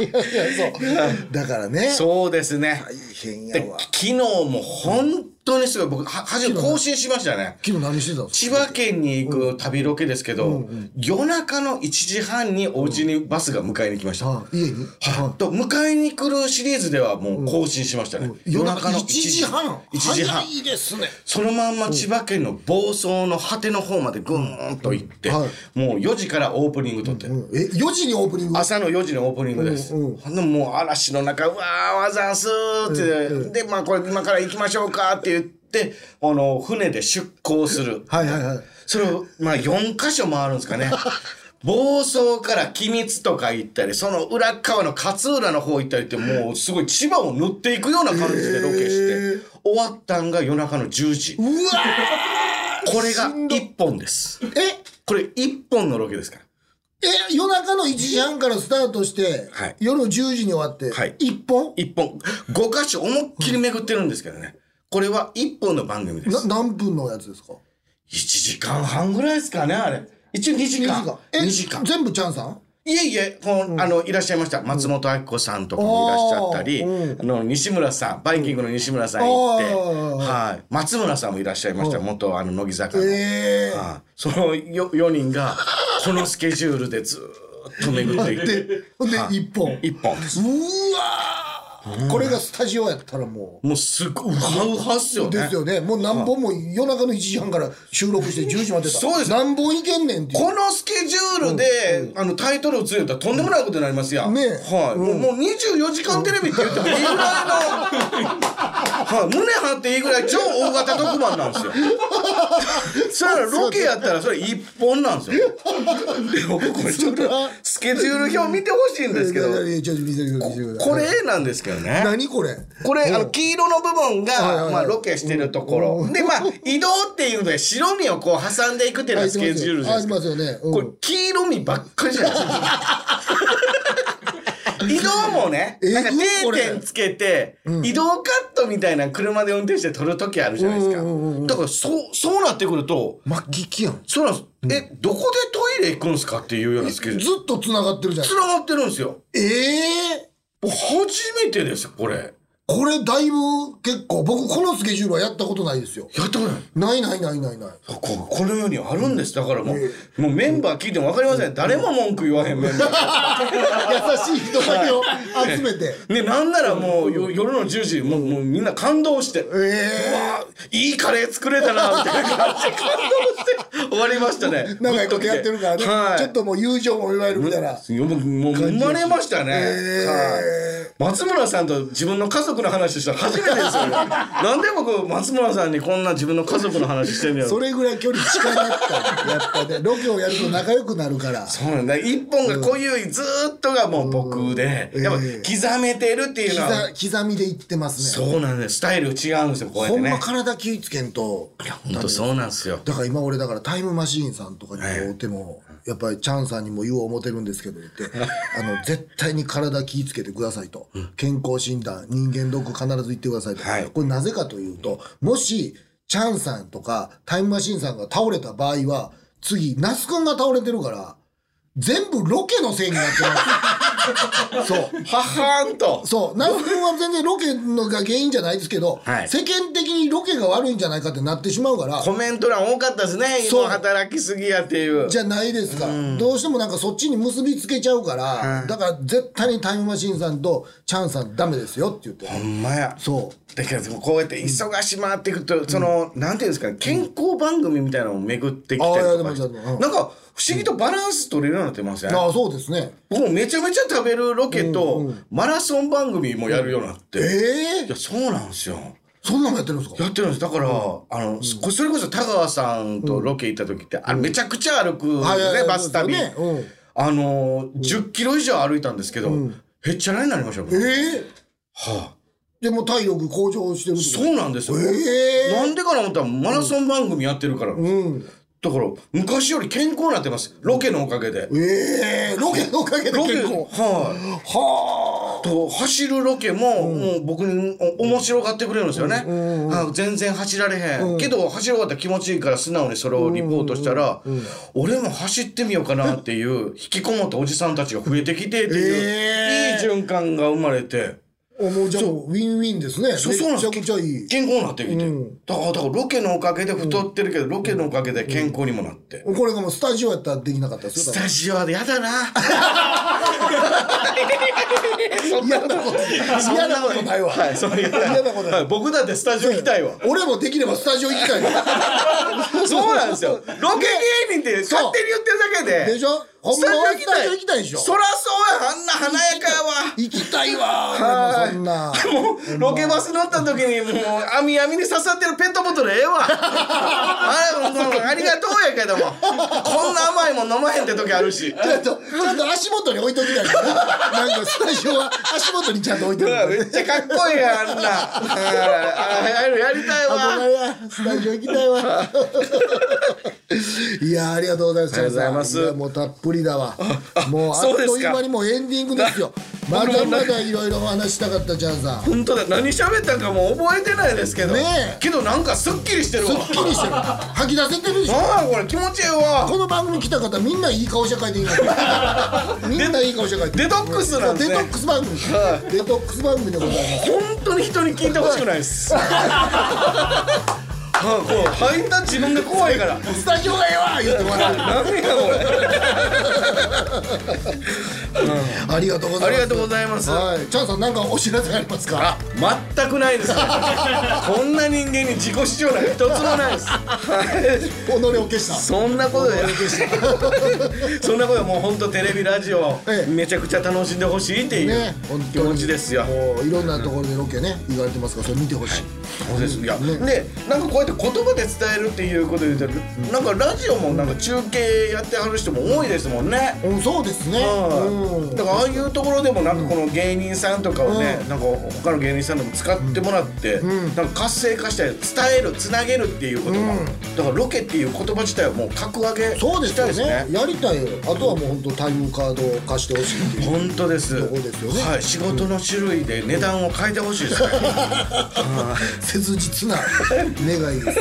S2: いやいやそうだからね
S3: そうですね
S2: 大変や
S3: で
S2: わ
S3: 昨日も本当にすごい僕は初めて更新しましたね
S2: 昨日何してたんです
S3: 千
S2: か
S3: 葉県に行く旅ロケですけど、夜中の1時半にお家にバスが迎えに来ました、
S2: あ家に、
S3: はい、と迎えに来るシリーズではもう更新しましたね、
S2: 夜中の1時半
S3: 1時半
S2: 早いですね
S3: そのまんま千葉県の房総の果ての方までぐーんと行って、
S2: はい
S3: もう4時からオープニング撮って、
S2: うんえ4時にオープニング
S3: 朝の4時のオープニングです、
S2: うんうん
S3: ほんでもう嵐の中「うわーわざんす」って、でまあこれ今から行きましょうかって言ってあの船で出港する
S2: はいはいはい
S3: それをまあ4箇所回るんです
S2: [laughs]
S3: かね房総から君津とか行ったりその裏側の勝浦の方行ったりってもうすごい千葉を塗っていくような感じでロケして、終わったんが夜中の10時
S2: うわ
S3: これが1本です
S2: ーえ
S3: これ1本のロケですから
S2: え夜中の1時半からスタートして、
S3: はい
S2: 夜10時に終わって、
S3: はい
S2: 一本
S3: 1本5箇所思いっきり巡ってるんですけどねこれは1本の番組です
S2: な何分のやつですか
S3: 1時間半ぐらいですかねあれ一応2時間
S2: え
S3: 2時間
S2: 全部チャンさん
S3: いえいえ、この、あの、いらっしゃいました。松本明子さんとかもいらっしゃったり、
S2: あー
S3: あの、西村さん、バイキングの西村さん行って、
S2: あー
S3: はい。松村さんもいらっしゃいました。元、あの、乃木坂の。
S2: ええ
S3: はいそのよ4人が、このスケジュールでずーっと巡っていって、
S2: ほんで一本
S3: 一本です。
S2: うわーこれがスタジオやったらも
S3: もうすごい、ウハウハっすよ
S2: う
S3: ね。
S2: ですよねもう何本も夜中の1時半から収録して10時までだ
S3: そうです
S2: 何本いけんねんっていう
S3: このスケジュールで、あのタイトルをつけたらとんでもないことになりますや、ん
S2: ねえ
S3: はい、もうもう24時間テレビって言ってもいいぐらい
S2: [laughs]
S3: の、はい、胸張っていいぐらい超大型特番な
S2: [laughs]
S3: んですよそれロケやったらそれ一本なんですよで僕これちょっと
S2: そら
S3: スケジュール表見てほしいんですけど
S2: いやいやいやちょっと見せてください見せてください
S3: これなんですけどね
S2: 何これ
S3: これあの黄色の部
S2: はいは
S3: 分
S2: いは
S3: が
S2: い
S3: まあロケしてるところでまあ移動っていうので白身をこう挟んでいくっていうのがスケジュールじゃ
S2: あ
S3: ない
S2: り
S3: ですか
S2: ますよね、うん
S3: これ黄色身ばっかりじゃない [laughs] ですか移動もね
S2: え
S3: なんか
S2: こ
S3: 定
S2: れ
S3: 点つけて移動カットみたいな車で運転して撮る時あるじゃないですかだからそうそうなってくると
S2: 巻ききやんず
S3: そうなんですえどこでトイレ行くんですかっていうようなスケジュール
S2: っとつながってるじゃん
S3: つながってるんですよ
S2: ええ
S3: 初めてですこれ
S2: これだいぶ結構、僕このスケジュールはやったことないですよ。
S3: やったことない
S2: ないないないないない。
S3: ここの世にあるんですだからもう,、もうメンバー聞いても分かりません、誰も文句言わへんメンバー
S2: 優しい人だけを集めて。
S3: ねなんならもうよ夜の10時もうもうみんな感動して、うわいいカレー作れたなみたいな感じで感動して終わりましたね
S2: 長いことやってるからね、
S3: はい、
S2: ちょっともう友情もいわゆるみたいな。
S3: いやもうもう生まれましたね、
S2: え
S3: はい松村さんと自分の家族の話したの初めてですよねなんで僕松村さんにこんな自分の家族の話してんのやろ
S2: それぐらい距離近かった。やっぱね、ロケをやると仲良くなるから。
S3: そうなんだ一本が濃ゆいずーっとがもう僕で、やっぱ刻めてるっていうのは、
S2: 刻刻みでいってますね。
S3: そうなんですスタイル違うんですよこうやっ
S2: ほ
S3: て
S2: んま
S3: ね
S2: 体気ぃつけんと。
S3: いや本当そうなんですよ
S2: だから今俺だからタイムマシーンさんとかに会うても、やっぱりチャンさんにも言おう思てるんですけど言
S3: [laughs]
S2: って、あの、絶対に体気ぃつけてくださいと。健康診断、人間ドック必ず行ってくださいと。
S3: はい
S2: これなぜかというと、もし、チャンさんとかタイムマシーンさんが倒れた場合は、次、那須くんが倒れてるから、全部ロケのせいになってます。そう。
S3: ははーんと
S2: そう、那須君は全然ロケのが原因じゃないですけど、
S3: はい
S2: 世間的にロケが悪いんじゃないかってなってしまうから、
S3: コメント欄多かったですね
S2: そう
S3: 今働きすぎやっていう
S2: じゃないですか、どうしてもなんかそっちに結びつけちゃうから、だから絶対にタイムマシーンさんとチャンさんダメですよって言って、
S3: ほんまや
S2: そう
S3: だけどこうやって忙し回っていくと、そのなんていうんですかね健康番組みたいなのを巡ってきた
S2: あ
S3: り
S2: ーいや
S3: と
S2: でも
S3: かして、
S2: でもうん
S3: なんか不思議とバランス取れるようになってません、
S2: ああそうですね
S3: 僕もめちゃめちゃ食べるロケと、マラソン番組もやるようになって、
S2: え
S3: い
S2: え
S3: やそうなんですよ
S2: そんなのやってるんですか
S3: やってるんですだから、あのこそれこそ田川さんとロケ行った時って、あれめちゃくちゃ歩くんです
S2: はいはい
S3: ね、
S2: はい
S3: バス旅、
S2: そうですよねうん
S3: あの10キロ以上歩いたんですけど、へっちゃらになりましたもん
S2: ええ
S3: はあ
S2: でも体力向上してるってこと
S3: そうなんですよ、
S2: ええ
S3: なんでかな思ったらマラソン番組やってるから、
S2: うん、
S3: だから昔より健康になってますロケのおかげで、
S2: ええロケのおかげで
S3: ロケ
S2: 結構
S3: はい、
S2: は
S3: と走るロケも、もう僕にお面白がってくれるんですよね、あ全然走られへん、けど走る終わったら気持ちいいから素直にそれをリポートしたら、俺も走ってみようかなっていう引きこもったおじさんたちが増えてきてってい
S2: [laughs]
S3: う、
S2: え
S3: いい循環が生まれて
S2: あもうじゃあもうウィンウィンですね
S3: そうそうなん
S2: め
S3: で
S2: ち
S3: す
S2: ゃくちゃいい
S3: 健康になってきて、だからだからロケのおかげで太ってるけど、ロケのおかげで健康にもなって。
S2: これがもうスタジオやったらできなかったです
S3: ス
S2: よ。
S3: タジオでやだな。
S2: 嫌なこと嫌なことないわ。
S3: はい、 [laughs] それ嫌
S2: 嫌なことない
S3: はい僕だってスタジオ行きたいわ。
S2: 俺もできればスタジオ行き
S3: [laughs]
S2: たいわ。
S3: そうなんですよ。ロケ芸人って勝手に言ってるだけで。
S2: でしょほんまはスタジオ行きたいでしょ
S3: そらそうや、あんな華やかやわ。
S2: 行きたいわ。俺もそんな。
S3: [laughs] もうロケバス乗った時にもう網網に刺さってるペットボトルええわ [laughs] あれもうありがとうやけどもこんな甘いもん飲まへんって時あるし [laughs]
S2: ちゃんと、ちゃんと足元に置いときたいからな。なんかスタジオは足元にちゃんと置いてるから
S3: め
S2: ね。
S3: っちゃかっこいいやん [laughs] あんなあああいうのやりたいわ
S2: 憧れやスタジオ行きたい
S3: [laughs]
S2: わ。いやありがとうございます。
S3: ありがとうございます
S2: やもうたっぷりだわ。もうあっ
S3: そうですか
S2: という間にもうエンディングですよ。まだまだいろいろお話したかったチャンさん。
S3: 本当だ何喋ったかもう覚えてないですけど、
S2: ねえ
S3: けどなんかすっきりしてる
S2: す
S3: わ
S2: っきりしてる。吐き出せてるでしょ。
S3: ああこれ気持ちいいわ
S2: この番組来た方みんないい顔して書いていいから
S3: [laughs]
S2: みんないい顔して書いて
S3: デトックスなんです
S2: デ
S3: ね
S2: トックス番組デトックス番組でございます
S3: 本当に人に聞いてほしくないです [laughs] ああこう入った自分が怖いから
S2: スタジオがええわ言ってもらう
S3: 何やこれ
S2: ありがとうござ
S3: あ
S2: います
S3: りがとうございます
S2: はいチャンさんなんかお知らせありますか
S3: 全く [laughs] ないですねこんな人間に自己主張なんか一つもないですはい
S2: 己を消した
S3: そんなことで [laughs] そんなことでもう本当テレビラジオ、
S2: ええ
S3: めちゃくちゃ楽しんでほしいっていう
S2: ね本当に
S3: 気持ちですよ、
S2: もういろんなところでロケね言われてますからそれ見てほしい
S3: そうですいや、でなんかこうやって言葉で伝えるっていうことで言うとなんかラジオもなんか中継やってはる人も多いですもんね。
S2: うんそうですね
S3: う、
S2: うんん
S3: だからああいうところでもなんかこの芸人さんとかをね、
S2: う
S3: なんか他の芸人さんでも使ってもらって、なんか活性化したり伝えるつなげるっていうことも、だからロケっていう言葉自体はもう格上げ
S2: そうで
S3: し
S2: す
S3: たい
S2: よ
S3: ですね
S2: ね。やりたいよあとはもう本当タイムカードを貸してほしいっていう
S3: 本当です
S2: そうですよね
S3: はい、仕事の種類で値段を変えてほしいですね。
S2: 切実な願いです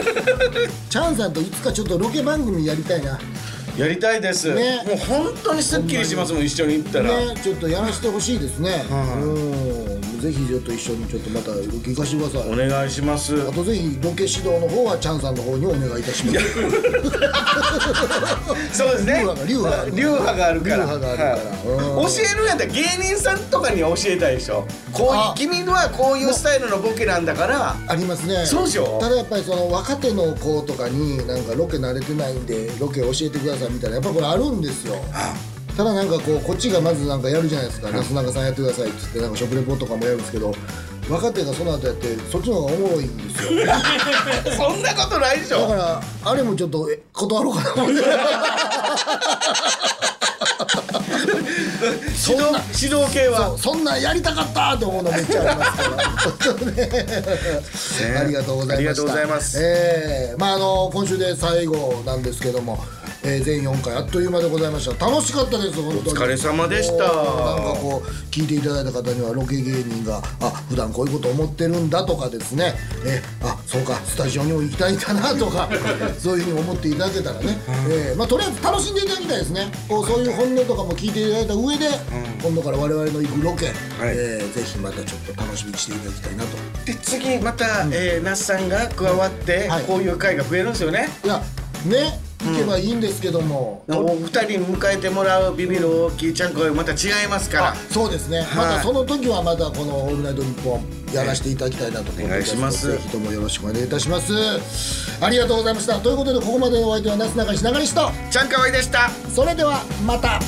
S2: チャンさんといつかちょっとロケ番組やりたいな
S3: [laughs] やりたいです、
S2: ね
S3: もう本当にすっきりしますもん一緒に行ったら、
S2: ね、ちょっとやらせてほしいですね。うん、ぜひちょっと一緒にちょっとまた聞かせてくださ
S3: お
S2: い。
S3: 願いします
S2: あとぜひロケ指導の方はチャンさんの方にお願いいたします。
S3: そうですね
S2: 流派が
S3: 流派があるから
S2: 流派があるから
S3: はい教えるんやったら芸人さんとかには教えたいでしょこう
S2: あ
S3: いう君はこういうスタイルのボケなんだから
S2: ありますね。
S3: そうでしょ
S2: ただやっぱりその若手の子とかになんかロケ慣れてないんでロケ教えてくださいみたいなやっぱこれあるんですよ。ただなんかこうこっちがまずなんかやるじゃないですか。なすなかさんやってくださいって言ってなんか食レポとかもやるんですけど。若手がその後やってそっちの方がおもろいんですよだ
S3: そんなことないでしょ
S2: からあれもちょっとえ断ろうかな思って
S3: 指導指導系は
S2: そうそんなんやりたかったと思うのめっちゃあり
S3: [laughs]
S2: ますから、ね、ありがとうございました
S3: ありがとうございます
S2: えーまああの今週で最後なんですけども、えー、全4回あっという間でございました楽しかったです本当に
S3: お疲れ様でした
S2: もうなんかこう聞いていただいた方にはロケ芸人があ普段こういうこと思ってるんだとかですねえあそうかスタジオにも行きたいんだなとか [laughs] そういうふうに思っていただけたらね、えーまあ、とりあえず楽しんでいただきたいですねこうそういう本音とかも聞いていただいた上で、今度から我々の行くロケ、えーぜひまたちょっと楽しみにしていただきたいなと
S3: で次また、えー那須さんが加わって、
S2: はい
S3: こういう会が増えるんですよね
S2: いやね行けばいいんですけども、
S3: お二人に迎えてもらうビビる大きいちゃんこはまた違いますから
S2: そうですね、
S3: はい
S2: またその時はまたこの「オールナイトニッポン」やらせていただきたいなと思って
S3: お願いします
S2: ぜひともよろしくお願いいたしますありがとうございましたということでここまでのお相手はなすなかにしながりしと
S3: ちゃんかわいでした
S2: それではまた